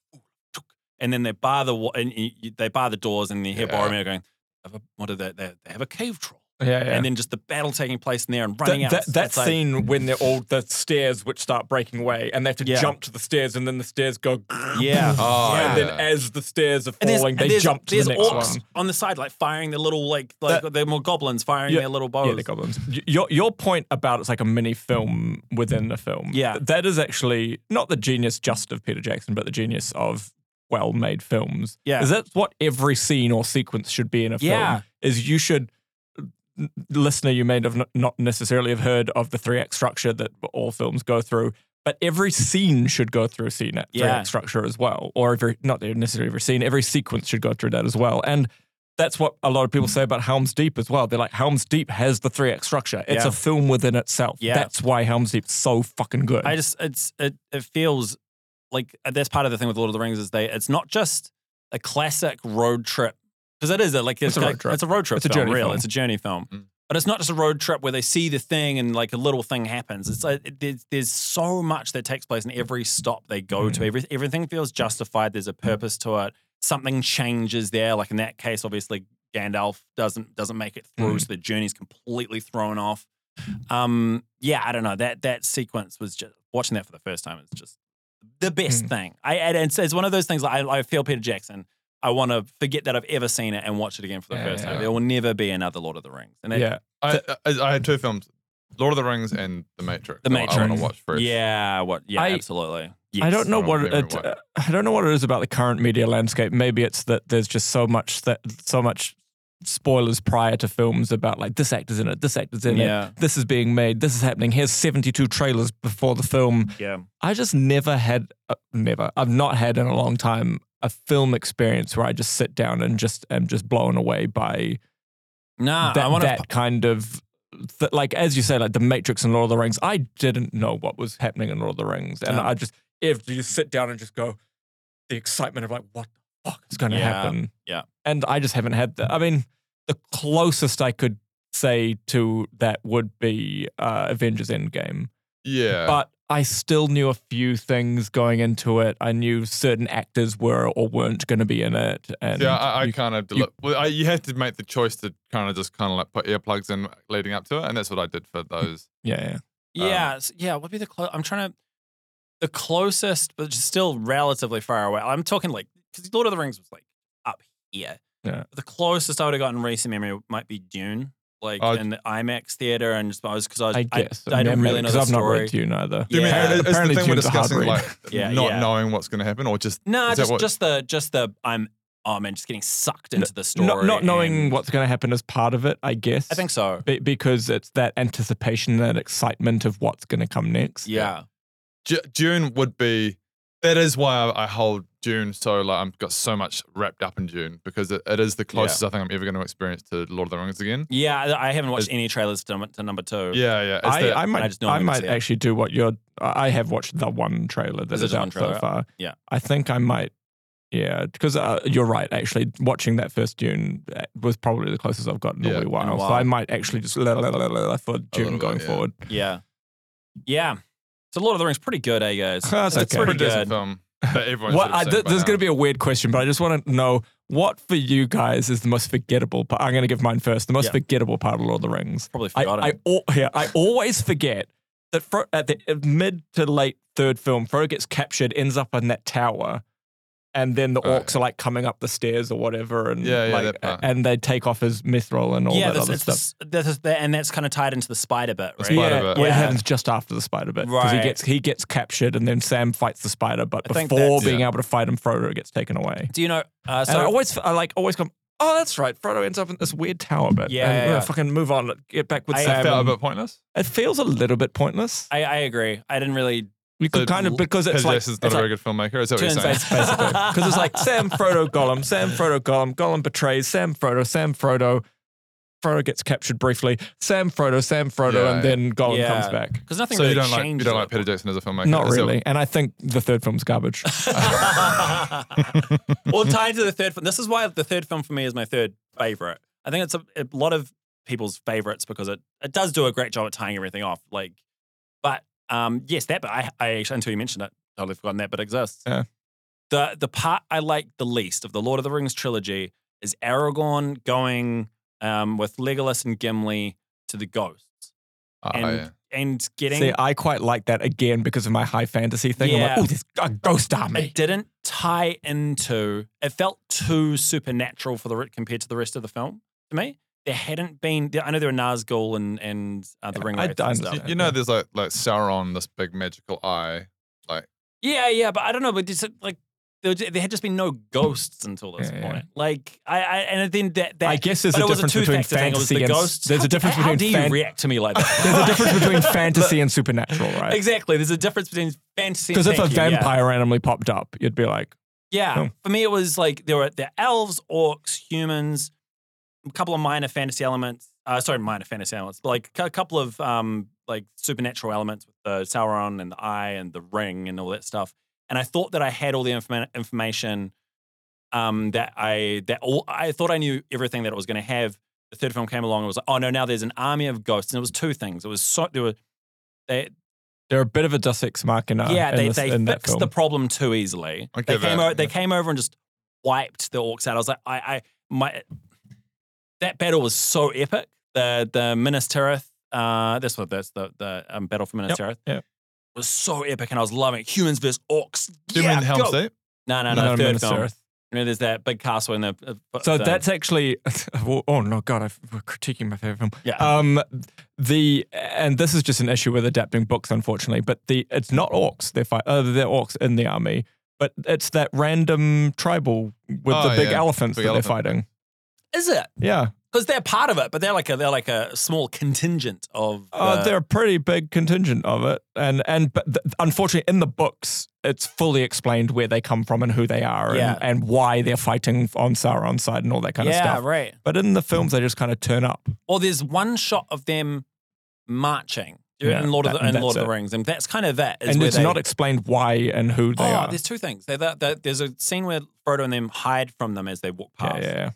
S2: and then they bar the wa- and you, you- they bar the doors, and you hear
S4: Yeah.
S2: Boromir going, of a, what do they, they, they have a cave troll.
S1: Yeah, yeah.
S2: And then just the battle taking place in there and
S1: Th-
S2: running out.
S1: that,
S2: It's
S1: that
S2: like-
S1: scene when they're all the stairs which start breaking away and they have to
S2: Yeah.
S1: jump to the stairs and then the stairs go
S2: Yeah.
S4: Oh,
S2: Yeah.
S1: and then
S4: yeah.
S1: as the stairs are
S2: And there's,
S1: falling
S2: and
S1: they
S2: there's,
S1: jump to
S2: there's
S1: the next
S2: orcs
S1: one
S2: on the side, like firing their little like like
S1: That-
S2: they're more goblins firing
S1: Yeah.
S2: their little
S1: yeah
S2: bows.
S1: the goblins Y- your, your point about it's like a mini film within a film
S2: Yeah.
S1: th- that is actually not the genius just of peter jackson but the genius of well-made films
S2: Yeah.
S1: is that's what every scene or sequence should be in a
S2: Yeah.
S1: film is you should n- listener you may have n- not necessarily have heard of the three act structure that all films go through but every scene should go through a scene three act
S2: Yeah.
S1: structure as well or every not necessarily every scene every sequence should go through that as well and that's what a lot of
S2: Mm.
S1: people say about Helm's Deep as well. They're like, Helm's Deep has the three act structure. It's
S2: Yeah.
S1: a film within itself.
S2: Yeah.
S1: That's why Helm's Deep's so fucking good.
S2: I just it's it it feels like uh, that's part of the thing with Lord of the Rings is they it's not just a classic road trip because it is a, like it's,
S1: It's a road
S2: like-
S1: trip.
S2: It's a road trip.
S1: It's a
S2: film,
S1: journey
S2: really.
S1: film.
S2: It's a journey film.
S4: Mm.
S2: But it's not just a road trip where they see the thing and like a little thing happens. It's like it, there's, there's so much that takes place in every stop they go to.
S1: Mm.
S2: Every, everything feels justified. There's a purpose to it. Something changes there. Like in that case, obviously Gandalf doesn't doesn't make it through,
S1: Mm.
S2: so the journey's completely thrown off. Um, yeah, I don't know. That that sequence was just watching that for the first time. It's just the best
S1: Mm.
S2: thing. I and it's, it's one of those things. Like, I I feel Peter Jackson. I want to forget that I've ever seen it and watch it again for the
S1: Yeah,
S2: first time.
S4: yeah.
S2: There will never be another Lord of the Rings. And that,
S1: yeah.
S4: I, I, I had two films, Lord of the Rings and The Matrix.
S2: The
S4: that I want
S2: Matrix.
S4: to watch first.
S2: yeah, what? Yeah,
S1: I-
S2: absolutely.
S1: I don't know
S4: I
S1: what it,
S4: don't
S1: uh,
S4: remember what-
S1: I don't know what it is about the current media landscape. Maybe it's that there's just so much that so much spoilers prior to films about like this actor's in it, this actor's in
S2: Yeah.
S1: it, this is being made, this is happening. Here's 72 trailers before the film.
S2: Yeah.
S1: I just never had, uh, never, I've not had in a long time a film experience where I just sit down and just am just blown away by
S2: Nah,
S1: that,
S2: Ah, I want to.
S1: that kind of. Th- like as you say, like the Matrix and Lord of the Rings, I didn't know what was happening in Lord of the Rings, and
S2: No.
S1: I just if you sit down and just go, the excitement of like what the fuck is going to
S2: Yeah,
S1: happen,
S2: yeah.
S1: and I just haven't had that. I mean, the closest I could say to that would be uh, Avengers Endgame,
S4: Yeah.
S1: but I still knew a few things going into it. I knew certain actors were or weren't going to be in it, and
S4: yeah, I, I
S1: you-
S4: kind of. Deli-
S1: you-
S4: well, I, you have to make the choice to kind of just kind of like put earplugs in leading up to it, and that's what I did for those.
S1: yeah, yeah.
S2: Yeah, s- yeah. What would be the close? I'm trying to. The closest, but just still relatively far away. I'm talking like because Lord of the Rings was like up here.
S1: Yeah.
S2: The closest I would have gotten recent memory might be Dune, like
S4: Oh,
S2: in the IMAX theater, and just I was because I was
S1: I guess
S2: I, don't really know the
S1: because I've not
S2: story.
S1: read to you neither.
S2: Yeah.
S4: Do you mean, it's
S1: Apparently
S4: the thing we're
S1: Dune's a hard
S4: discussing,
S1: read.
S4: like
S2: Yeah,
S4: not
S2: yeah.
S4: knowing what's going to happen, or just
S2: No,
S4: Is that
S2: just
S4: what-
S2: just the just the I'm oh man, just getting sucked into the story.
S1: Not, not knowing
S2: and-
S1: what's going to happen is part of it, I guess.
S2: I think so.
S1: Be- because it's that anticipation, that excitement of what's going to come next.
S2: Yeah.
S4: Ju- June would be. That is why I, I hold June so like I've got so much wrapped up in June because it, it is the closest I think I'm ever going to experience to Lord of the Rings again.
S2: Yeah, I I haven't watched any trailers to, num- to number two.
S4: Yeah, yeah. It's
S1: I,
S4: the-
S1: I might,
S2: I
S1: I,
S2: just know I'm gonna
S1: might
S2: see it.
S1: actually do what you're. I I have watched the one trailer that
S2: Is
S1: is,
S2: it just one
S1: out
S2: trailer?
S1: so far.
S2: Yeah.
S1: I think I might. Yeah, because uh, you're right. Actually, watching that first Dune uh, was probably the closest I've gotten in
S4: Yeah,
S1: a wee while.
S2: in a
S1: So
S2: while.
S1: I might actually just la, la, la, la, la, for Dune
S4: bit,
S1: going
S4: yeah.
S1: forward.
S2: Yeah. Yeah. So Lord of the Rings pretty good, eh guys?
S1: That's
S2: It's
S1: okay.
S2: pretty
S4: pretty decent
S2: good.
S4: film that everyone
S1: What
S4: should have
S1: I,
S4: seen
S1: th-
S4: by
S1: this is
S4: now.
S1: going to be a weird question, but I just want to know what for you guys is the most forgettable. part. I'm going to give mine first. The most
S2: Yeah.
S1: forgettable part of Lord of the Rings.
S2: Probably
S1: I,
S2: forgotten.
S1: I, al- yeah, I always forget that Fro- at the at mid to late third film, Frodo gets captured, ends up in that tower, and then the
S4: Oh,
S1: orcs are like coming up the stairs or whatever, and
S4: Yeah, yeah,
S1: like,
S4: that part.
S1: and they take off his mithril and all
S2: yeah,
S1: that
S2: that's,
S1: other
S2: it's
S1: stuff.
S2: this, this is the, and that's kind of tied into the spider bit, right?
S4: The spider
S1: yeah,
S4: bit.
S1: well, it
S2: Yeah.
S1: happens just after the spider bit because
S2: Right.
S1: he gets he gets captured and then Sam fights the spider, but
S2: I think
S1: before
S2: that's-
S1: being able to fight him, Frodo gets taken away.
S2: Do you know? Uh,
S1: and I
S2: so
S1: always I like always come. Oh, that's right. Frodo ends up in this weird tower bit.
S2: Yeah,
S1: and,
S2: yeah,
S1: uh,
S2: yeah.
S1: fucking move on. Get back with
S2: I- I
S1: Sam.
S4: It felt
S1: and-
S4: a bit pointless.
S1: it feels a little bit pointless.
S2: I, I agree. I didn't really.
S1: You could
S4: So
S1: kind of because it's
S4: Peter
S1: like
S4: Jackson's not
S1: it's
S4: a
S1: like
S4: very good filmmaker. Is that what you're
S2: Turns
S4: saying?
S2: out-
S1: because it's like Sam Frodo Gollum, Sam Frodo Gollum, Gollum betrays Sam Frodo, Sam Frodo, Frodo gets captured briefly, Sam Frodo, Sam Frodo,
S4: Yeah,
S1: and then Gollum
S2: Yeah.
S1: comes back.
S2: Because nothing
S4: so
S2: really
S4: you don't like you
S2: changes.
S4: don't like Peter Jackson as a filmmaker?
S1: Not
S4: Is that-
S1: really, and I think the third film's garbage.
S2: well, tied to the third film. This is why the third film for me is my third favorite. I think it's a, a lot of people's favorites because it, it does do a great job at tying everything off. Like, but um, yes, that. But I, I actually until you mentioned it, totally forgotten that, but it exists.
S1: Yeah.
S2: The the part I like the least of the Lord of the Rings trilogy is Aragorn going um, with Legolas and Gimli to the ghosts
S4: Ah,
S2: and
S4: yeah.
S2: and getting.
S1: Oh, See, I quite like that again because of my high fantasy thing. I'm like,
S2: Yeah.
S1: oh, there's a ghost army.
S2: it didn't tie into. It felt too supernatural for the re- compared to the rest of the film to me. There hadn't been. I know there are Nazgul and and uh, the
S1: Yeah,
S2: Ring
S1: I-
S2: Wraiths
S1: I
S2: and
S1: understand.
S2: stuff.
S4: You, you know, there's like like Sauron, this big magical eye.
S2: Yeah, yeah, but I don't know. But just like there, ju- there had just been no ghosts until this
S1: Yeah, yeah.
S2: point. Like I, I and then that, that
S1: I guess there's
S2: but
S1: a
S2: it was
S1: difference
S2: a
S1: between
S2: two-factor thing. It was
S1: fantasy
S2: the
S1: and
S2: ghosts.
S1: there's
S2: How
S1: a
S2: do-
S1: difference
S2: how
S1: between
S2: do you
S1: fan-
S2: react to me like that?
S1: There's a difference between fantasy and supernatural, right?
S2: exactly. There's a difference between fantasy. and
S1: Because if a
S2: thank you, yeah.
S1: vampire randomly popped up, you'd be like,
S2: Yeah.
S1: Oh.
S2: For me, it was like there were the elves, orcs, humans, a couple of minor fantasy elements. Uh, sorry, minor fantasy elements, but like a couple of um, like supernatural elements with the Sauron and the Eye and the Ring and all that stuff. And I thought that I had all the informa- information um, that I that all, I thought I knew everything that it was going to have. The third film came along and was like, oh no, now there's an army of ghosts, and it was two things. It was so there were they,
S1: they're a bit of a Deus Ex Machina.
S2: yeah,
S1: in
S2: they,
S1: this-
S2: they
S1: in that
S2: fixed
S1: film.
S2: the problem too easily. They
S4: I get
S2: came,
S4: that,
S2: over, they
S4: yeah.
S2: came over and just wiped the orcs out. I was like, I, I my that battle was so epic. The the Minas Tirith, uh, that's what that's the the um, battle for Minas Tirith.
S1: yep.
S2: was so epic, and I was loving it. Humans versus orcs.
S4: Do you
S2: yeah,
S4: mean Helm's
S2: go.
S4: Deep?
S2: No, no,
S1: No,
S2: no.
S1: no,
S2: third
S1: Minas
S2: film.
S1: Tirith.
S2: You know, there's that big castle in the. uh,
S1: So
S2: the-
S1: that's actually. Oh oh, no, God! I've, we're critiquing my favorite film.
S2: yeah.
S1: Um, the and this is just an issue with adapting books, unfortunately. But the it's not orcs. They're fight. Uh, they're orcs in the army, but it's that random tribal with
S4: Oh,
S1: the big
S4: yeah.
S1: elephants
S4: Big
S1: that
S4: elephant.
S1: they're fighting.
S2: is it?
S1: Yeah,
S2: Because they're part of it, but they're like a they're like a small contingent of.
S1: uh,
S2: the-
S1: they're a pretty big contingent of it, and and but th- unfortunately, in the books, it's fully explained where they come from and who they are
S2: Yeah.
S1: and, and why they're fighting on Sauron's side and all that kind
S2: yeah,
S1: of stuff.
S2: right.
S1: But in the films, they just kind of turn up.
S2: or there's one shot of them marching
S1: Yeah,
S2: in Lord of
S1: that-
S2: the, in
S1: that's
S2: Lord of the
S1: it.
S2: Rings, and that's kind of that. Is
S1: and
S2: where
S1: it's
S2: they,
S1: not explained why and who they
S2: oh,
S1: are.
S2: there's two things. They, they, they, there's a scene where Frodo and them hide from them as they walk
S1: yeah,
S2: past,
S1: yeah, yeah.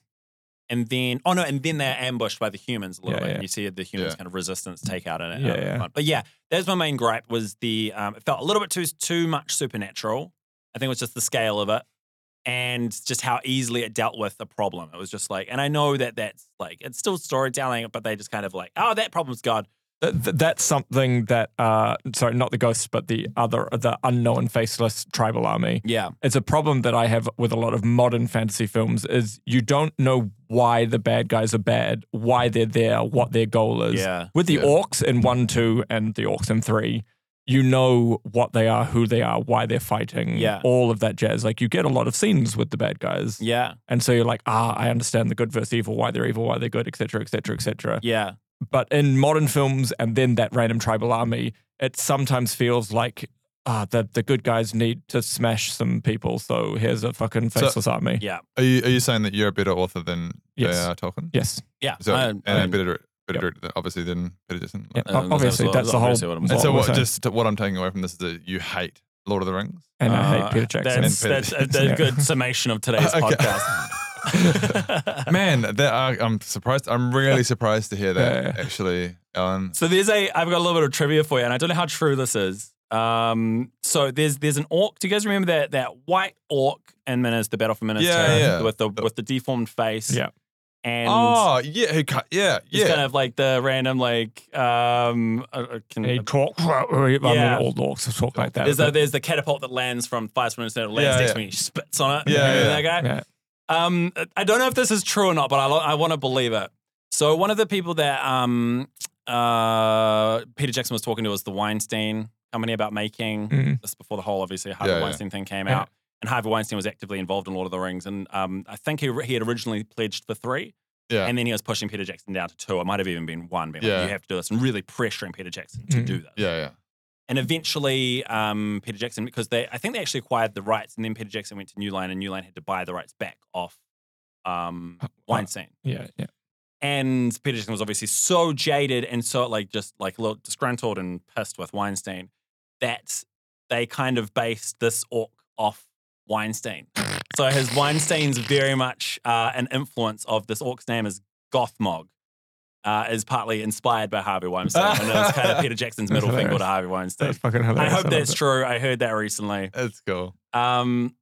S2: and then oh no, and then they're ambushed by the humans a
S1: Yeah,
S2: little bit.
S1: yeah.
S2: And you see the humans
S4: Yeah.
S2: kind of resistance take out in it.
S1: Yeah,
S2: um,
S1: yeah.
S2: But yeah, that's my main gripe was the um, it felt a little bit too too much supernatural. I think it was just the scale of it. And just how easily it dealt with the problem. It was just like, and I know that that's like, it's still storytelling, but they just kind of like, oh, that problem's gone.
S1: Th- th- that's something that, uh, sorry, not the ghosts, but the other, the unknown faceless tribal army.
S2: Yeah.
S1: It's a problem that I have with a lot of modern fantasy films is you don't know why the bad guys are bad, why they're there, what their goal is.
S2: Yeah.
S1: With the
S4: Yeah.
S1: orcs in one, two, and the orcs in three, you know what they are, who they are, why they're fighting,
S2: Yeah.
S1: all of that jazz. Like you get a lot of scenes with the bad guys.
S2: Yeah.
S1: And so you're like, ah, I understand the good versus evil, why they're evil, why they're good, et cetera, et cetera, et cetera.
S2: Yeah.
S1: But in modern films and then that random tribal army, it sometimes feels like ah, the, the good guys need to smash some people. So here's a fucking
S4: So-
S1: faceless army.
S2: Yeah.
S4: Are you are you saying that you're a better author than
S1: Yes.
S4: J.R. Tolkien?
S1: Yes.
S2: Yeah.
S4: So
S2: I-
S4: and
S2: I-
S4: a better better
S1: Yep.
S4: director than- obviously than Peter Jackson.
S1: Yeah.
S2: Uh, that's
S1: Obviously,
S2: what-
S1: that's, the whole.
S2: obviously what I'm
S4: And so
S1: we're
S4: what,
S1: saying.
S4: just what I'm taking away from this is that you hate Lord of the Rings.
S1: and I
S2: uh,
S1: hate Peter Jackson.
S2: That's,
S4: And Peter
S2: that's a,
S1: Jackson.
S2: a good summation of today's
S4: Okay.
S2: podcast.
S4: Man, that are, I'm surprised. I'm really surprised to hear that.
S1: Yeah.
S4: Actually, Alan.
S2: so there's a. I've got a little bit of trivia for you, and I don't know how true this is. Um, so there's there's an orc. Do you guys remember that that white orc in Minas, the battle for Minas
S4: Yeah,
S2: Tirith,
S4: yeah.
S2: with the with the deformed face?
S1: Yeah.
S2: And
S4: oh yeah, who cut- yeah,
S2: he's
S4: yeah.
S2: kind of like the random like um. uh, uh, can-
S1: He talks. I mean,
S2: Yeah.
S1: all orcs talk like that.
S2: there's the,
S1: but-
S2: there's the catapult that lands from five swimmers that lands
S4: Yeah,
S2: next
S4: yeah.
S2: to me. He spits on it.
S4: Yeah,
S2: You know
S4: yeah.
S2: that guy?
S1: yeah.
S2: Um, I don't know if this is true or not, but I, lo- I want to believe it. So one of the people that um, uh, Peter Jackson was talking to was the Weinstein company about making
S1: Mm.
S2: this before the whole obviously Harvey
S4: Mm-hmm. Yeah, yeah.
S2: Weinstein thing came
S1: Yeah.
S2: out, and Harvey Weinstein was actively involved in Lord of the Rings, and um, I think he re- he had originally pledged for three,
S4: yeah.
S2: and then he was pushing Peter Jackson down to two. It might have even been one, being like,
S4: Yeah. Mm-hmm.
S2: you have to do this, and really pressuring Peter Jackson to
S1: Mm.
S2: do this.
S4: yeah, yeah.
S2: And eventually, um, Peter Jackson, because they, I think they actually acquired the rights, and then Peter Jackson went to New Line, and New Line had to buy the rights back off um, Weinstein.
S1: Yeah. Yeah.
S2: And Peter Jackson was obviously so jaded and so like just like a little disgruntled and pissed with Weinstein that they kind of based this orc off Weinstein. so his Weinstein's very much uh, an influence of this orc's name is Gothmog. Uh, is partly inspired by Harvey Weinstein, and it was kind of Peter Jackson's
S1: That's
S2: middle finger
S1: hilarious.
S2: to Harvey Weinstein.
S1: That's fucking
S2: I
S1: hilarious.
S2: hope
S1: love
S2: that's
S1: it.
S2: true. I heard that recently.
S4: That's cool.
S2: Um,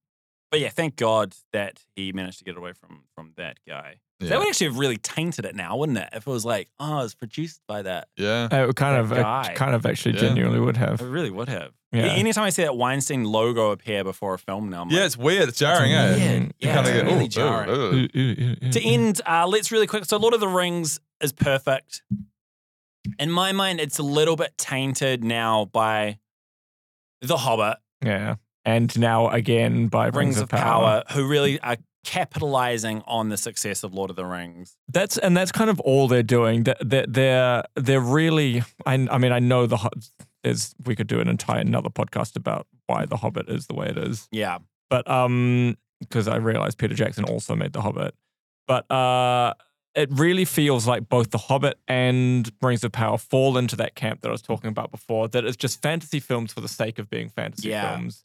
S2: But yeah, thank God that he managed to get away from from that guy.
S4: Yeah.
S2: That would actually have really tainted it now, wouldn't it? If it was like, oh, it's produced by that.
S4: yeah.
S1: It would Uh, kind
S2: That
S1: of,
S2: guy.
S1: it kind of actually
S4: Yeah.
S1: genuinely would
S2: It
S1: have.
S2: really would have.
S1: Yeah.
S2: Anytime I see that Weinstein logo appear before a film now, I'm
S4: Yeah,
S2: like,
S4: it's weird. It's jarring, eh?
S1: weird.
S2: yeah,
S1: You
S4: You
S2: yeah,
S4: kind of
S2: it's
S4: get,
S2: really
S4: ooh,
S2: jarring.
S4: ooh, Mm-hmm. ooh.
S1: Ooh, ooh, ooh, ooh.
S2: To end, uh, let's really quick. So, Lord of the Rings is perfect. In my mind, it's a little bit tainted now by The Hobbit,
S1: Yeah. And now again by Rings,
S2: Rings of Power, who really are capitalizing on the success of Lord of the Rings.
S1: That's and that's kind of all they're doing. That they're, they're they're really. I, I mean, I know the Hob- there's we could do an entire another podcast about why the Hobbit is the way it is,
S2: Yeah.
S1: but um, because I realized Peter Jackson also made the Hobbit, but uh. It really feels like both The Hobbit and Rings of Power fall into that camp that I was talking about before, that it's just fantasy films for the sake of being fantasy
S2: Yeah.
S1: films.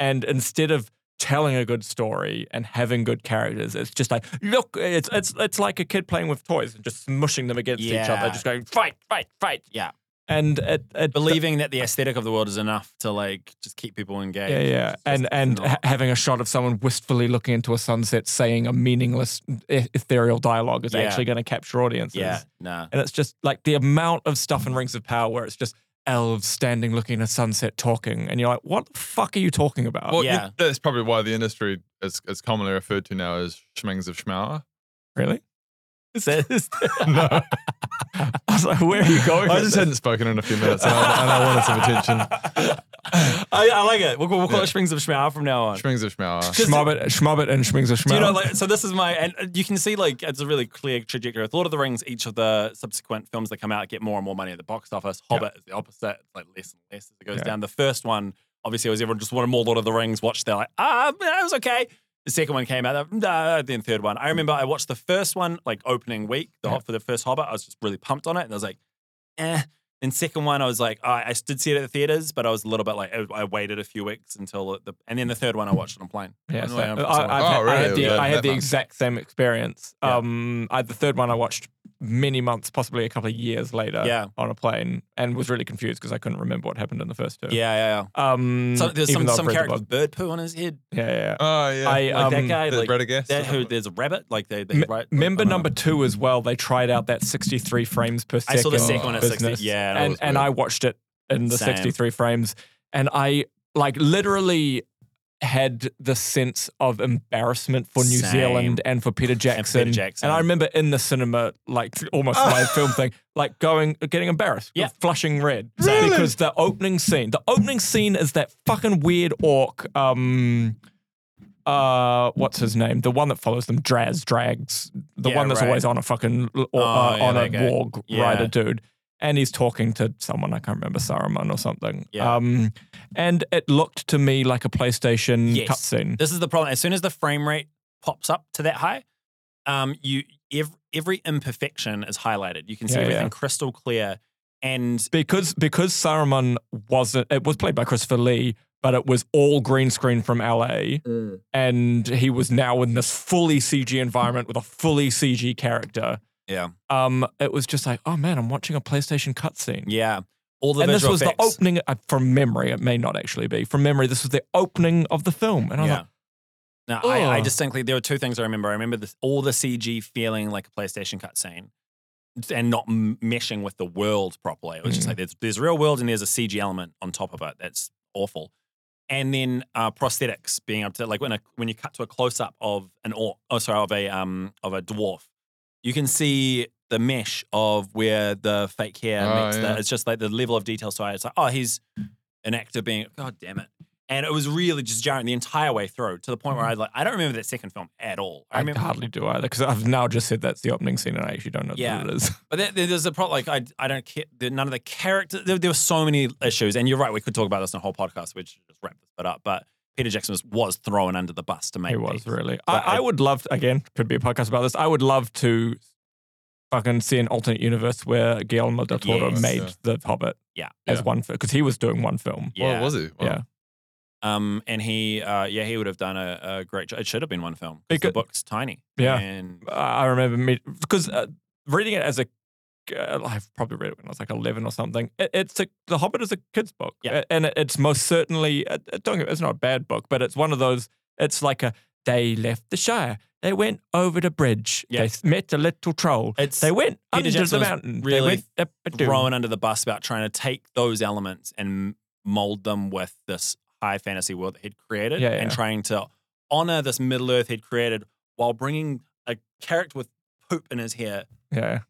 S1: And instead of telling a good story and having good characters. It's just like look, it's it's it's like a kid playing with toys and just smushing them against each
S2: Yeah.
S1: other, just going fight, fight, fight.
S2: Yeah.
S1: and it, it
S2: Believing that the aesthetic of the world is enough to like just keep people engaged.
S1: Yeah, yeah,
S2: It's
S1: and
S2: just
S1: and
S2: not.
S1: ha- having a shot of someone wistfully looking into a sunset, saying a meaningless e- ethereal dialogue is
S2: Yeah.
S1: actually going to capture audiences.
S2: yeah, nah.
S1: and it's just like the amount of stuff in Rings of Power where it's just elves standing looking at a sunset talking, and you're like, what the fuck are you talking about?
S4: Well, you-
S2: Yeah.
S4: that's probably why the industry is, is commonly referred to now as Schmings of Schmauer.
S1: really?
S4: no,
S1: I was like, where are you going?
S4: I
S1: with
S4: just
S1: this?
S4: hadn't spoken in a few minutes, and I, and I wanted some attention.
S2: I, I like it. We'll, we'll call
S4: Yeah.
S2: it Springs of Schmauer from now on.
S4: Schmings of Schmauer.
S1: Schmobbit, Schmobbit, and Schmings of
S2: Do you know,
S1: Schmobbit.
S2: like, so this is my, and uh, you can see, like, it's a really clear trajectory. With Lord of the Rings, each of the subsequent films that come out get more and more money at the box office. Hobbit is the opposite, it's like less and less as it goes
S1: Yeah.
S2: down. The first one, obviously, it was everyone just wanted more Lord of the Rings. Watched, they're like, ah, that was okay. The second one came out, uh, then third one. I remember I watched the first one, like, opening week the,
S1: Yeah.
S2: for the first Hobbit. I was just really pumped on it, and I was like, eh. And second one, I was like, I I did see it at the theaters, but I was a little bit like, I- I waited a few weeks until the, and then the third one I watched it on a plane.
S1: Yeah,
S2: On the
S1: so
S2: way
S1: I,
S2: home
S1: I've
S2: from
S1: had,
S2: somewhere.
S1: I
S4: Oh,
S1: had
S4: really?
S1: the, I
S4: That-
S1: had
S4: that
S1: the
S4: much?
S1: exact same experience.
S2: Yeah.
S1: Um, I, the third one I watched many months, possibly a couple of years later,
S2: Yeah.
S1: on a plane, and was really confused because I couldn't remember what happened in the first two.
S2: Yeah, yeah, yeah.
S1: Um,
S2: So there's
S1: even
S2: some,
S1: though I've
S2: some
S1: read the
S2: character
S1: book.
S2: with bird poo on his head.
S1: Yeah, yeah.
S4: Oh yeah,
S1: I
S2: Like that
S1: um,
S2: guy,
S4: the
S2: uh, like
S4: Radagast.
S2: that who there's a rabbit. Like they, they
S1: me-
S2: right. Uh-huh.
S1: Remember number two as well. They tried out that 63 frames per
S2: I
S1: second.
S2: saw the second one at
S1: business.
S2: sixty. Yeah,
S4: that
S1: and
S4: was
S1: and
S4: weird.
S1: I watched it in the
S2: Same.
S1: 63 frames, and I like literally had the sense of embarrassment for New
S2: Same.
S1: Zealand and for Peter Jackson.
S2: Jackson.
S1: And I remember in the cinema, like almost my film thing, like going, getting embarrassed,
S2: Yeah.
S1: flushing red
S4: Really?
S1: because the opening scene, the opening scene is that fucking weird orc. Um, uh, what's his name? The one that follows them, Draz, Drags, the
S2: Yeah,
S1: one that's
S2: right.
S1: always on a fucking or,
S2: Oh,
S1: uh,
S2: yeah,
S1: on a
S2: that guy.
S1: warg
S2: Yeah.
S1: rider dude, and he's talking to someone I can't remember Saruman or something.
S2: Yeah.
S1: Um, and it looked to me like a PlayStation
S2: Yes.
S1: cutscene.
S2: This is the problem. As soon as the frame rate pops up to that high, um, you every, every imperfection is highlighted. You can see
S1: Yeah, yeah.
S2: everything crystal clear. And
S1: because because Saruman wasn't it was played by Christopher Lee, but it was all green screen from LA, and he was now in this fully CG environment with a fully CG character.
S2: Yeah.
S1: Um, it was just like, oh man, I'm watching a PlayStation cutscene.
S2: yeah, all the
S1: and this
S2: visual
S1: was the
S2: effects.
S1: opening uh, from memory. It may not actually be from memory. This was the opening of the film, and I was
S2: yeah.
S1: like,
S2: No, I, I
S1: Ugh.
S2: distinctly there were two things I remember. I remember this, all the CG feeling like a PlayStation cutscene, and not m- meshing with the world properly. It was just
S1: Mm.
S2: like there's there's real world and there's a CG element on top of it. That's awful. And then uh, prosthetics being up to like when a, when you cut to a close up of an orc, oh sorry, of a um of a dwarf, you can see the mesh of where the fake hair
S4: Oh,
S2: meets
S4: yeah.
S2: the. It's just like the level of detail. So I, it's like oh he's an actor being god damn it. And it was really just jarring the entire way through to the point where I like I don't remember that second film at all.
S1: Mm-hmm.
S2: I
S1: I,
S2: remember,
S1: hardly do either because I've now just said that's the opening scene, and I actually don't know
S2: Yeah.
S1: what it is.
S2: but there, there- there's a problem. Like I, I don't care. there- None of the characters. There, there were so many issues, and you're right. We could talk about this in a whole podcast. We should just wrap this bit up. But Peter Jackson was, was thrown under the bus to make.
S1: He was
S2: these.
S1: really. I,
S2: But
S1: I
S2: it-
S1: would love to- again. Could be a podcast about this. I would love to fucking see an alternate universe where Guillermo del Toro
S2: Yes. uh,
S1: made
S4: Yeah.
S1: the Hobbit
S2: Yeah.
S1: as
S4: Yeah.
S1: one because he was doing one film.
S2: Yeah.
S4: Well, was he? Wow.
S1: Yeah.
S2: Um, and he, uh, yeah, he would have done a, a great job. It should have been one film. 'cause the
S1: Because-
S2: book's tiny.
S1: Yeah.
S2: And
S1: I I remember me because uh, reading it as a uh, I've probably read it when I was like eleven or something. It, it's a The Hobbit is a kids book,
S2: Yeah.
S1: A- and it, it's most certainly uh, uh, don't get- it's not a bad book, but it's one of those It's like a they left the Shire. They went over the bridge.
S2: Yeah.
S1: They s- met a little troll.
S2: It's-
S1: they went
S2: Peter
S1: under
S2: Jackson
S1: the
S2: was
S1: mountain.
S2: really
S1: they went up a dune.
S2: thrown under the bus about trying to take those elements and mold them with this high fantasy world that he'd created
S1: Yeah,
S2: and
S1: yeah.
S2: trying to honor this Middle Earth he'd created while bringing a character with poop in his hair
S1: Yeah,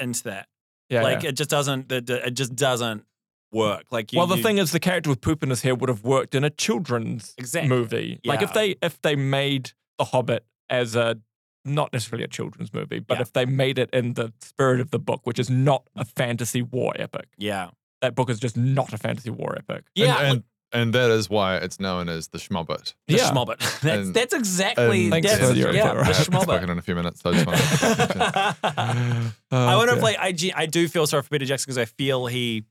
S2: into that.
S1: yeah.
S2: like
S1: yeah.
S2: it just doesn't. the- the- It just doesn't work. Like you,
S1: well, the
S2: you-
S1: thing is, the character with poop in his hair would have worked in a children's
S2: Exactly.
S1: movie. Like if
S2: Yeah.
S1: they if they made The Hobbit as a not necessarily a children's movie, but
S2: Yeah.
S1: if they made it in the spirit of the book, which is not a fantasy war epic.
S2: Yeah,
S1: That book is just not a fantasy war epic.
S2: yeah.
S4: and, and, and that is why it's known as the Schmobbit.
S2: the
S1: yeah.
S2: schmobbit. That's,
S4: And-
S2: that's exactly.
S1: Thanks
S2: that's-
S1: for the
S2: yeah,
S1: idea,
S2: yeah,
S1: right?
S2: the
S1: It's
S4: It's
S2: schmobbit.
S4: fucking in a few minutes. So I just wanted to pay attention.
S2: I wonder if like I, ge- I do feel sorry for Peter Jackson because I feel he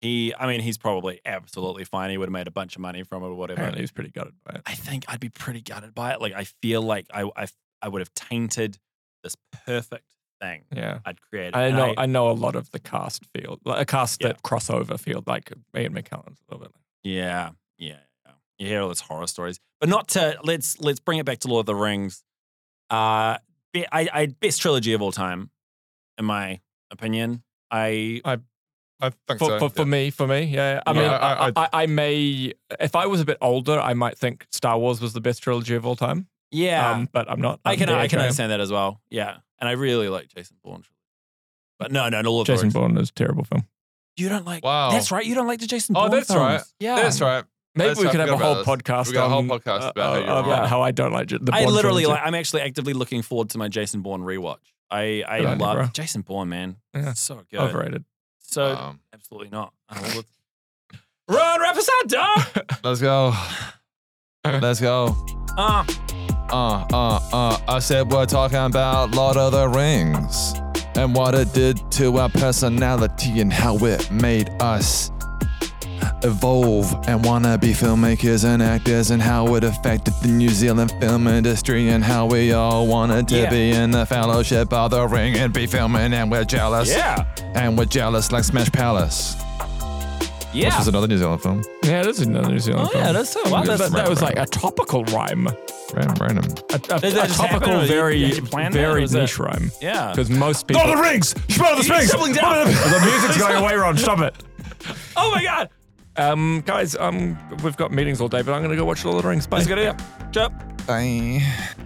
S2: he I mean he's probably absolutely fine. He would have made a bunch of money from it or whatever.
S1: Oh, Apparently, he's pretty gutted by it.
S2: I think I'd be pretty gutted by it. Like I feel like I I, I would have tainted this perfect thing
S1: Yeah.
S2: I'd created.
S1: I
S2: And
S1: know. I, know a lot of the cast field, like a cast
S2: Yeah.
S1: that crossover field, like Ian McKellen's a little bit.
S2: yeah, yeah. yeah. You hear all these horror stories, but not to let's let's bring it back to Lord of the Rings. Uh, be, I, I best trilogy of all time, in my opinion. I
S4: I think
S1: For,
S4: so.
S1: for, for
S4: yeah.
S1: me, for me, yeah. I
S4: Yeah,
S1: mean,
S4: I-
S1: I,
S4: I-
S1: I, I, may, if I was a bit older, I might think Star Wars was the best trilogy of all time.
S2: yeah.
S1: Um, but I'm not.
S2: I
S1: I'm
S2: can
S1: the
S2: I
S1: age am.
S2: can understand that as well. Yeah, and I really like Jason Bourne. But no, no, no. Lord of the
S1: Jason
S2: Rings.
S1: Bourne is a terrible film.
S4: Uh,
S2: You don't like.
S4: Wow.
S2: That's right. You don't like the Jason
S4: Oh,
S2: Bourne.
S4: that's
S2: films.
S4: right.
S2: Yeah.
S4: That's right.
S1: Maybe
S4: That's
S1: we
S4: right,
S1: could
S4: I
S1: have a
S4: forgot
S1: whole
S4: about this.
S1: podcast.
S4: We got a whole
S1: on,
S2: uh,
S4: podcast about how you're
S1: about
S4: wrong.
S1: how I don't like J- the.
S2: I
S1: Bourne
S2: literally
S1: trilogy.
S2: like. I'm actually actively looking forward to my Jason Bourne rewatch. I I
S1: Good idea,
S2: love
S1: bro.
S2: Jason Bourne, man.
S1: Yeah.
S2: So good.
S1: overrated.
S2: So
S4: Um,
S2: absolutely not. I will look- Run, wrap us up, dog.
S4: let's go. Let's go.
S2: Ah,
S4: Uh, uh, uh. I said we're talking about Lord of the Rings and what it did to our personality and how it made us evolve and wanna be filmmakers and actors and how it affected the New Zealand film industry and how we all wanted to
S2: Yeah.
S4: be in the fellowship of the ring and be filming and we're jealous.
S2: yeah,
S4: And we're jealous like Smash Palace. Which
S2: yeah.
S4: is another New Zeland film.
S1: Yeah, it is another New Zealand
S2: Oh
S1: film.
S2: yeah, that's so. Wow,
S1: That-
S2: that's,
S1: that was like a topical rhyme, a,
S4: Random, random.
S1: a, a
S2: that just happen, or
S1: topical,
S2: did you-
S1: very,
S2: did you plan that, or
S1: very
S2: was that-
S1: niche rhyme.
S2: yeah.
S1: Because most people.
S4: the Rings! Smell the
S2: Springs! Doubling down.
S1: the music's going away, Ron. Stop it.
S2: Oh my god.
S1: Um, guys, um, we've got meetings all day, but I'm gonna go watch Lord of the Rings. Bye.
S2: That's a good idea. Chop.
S4: Bye.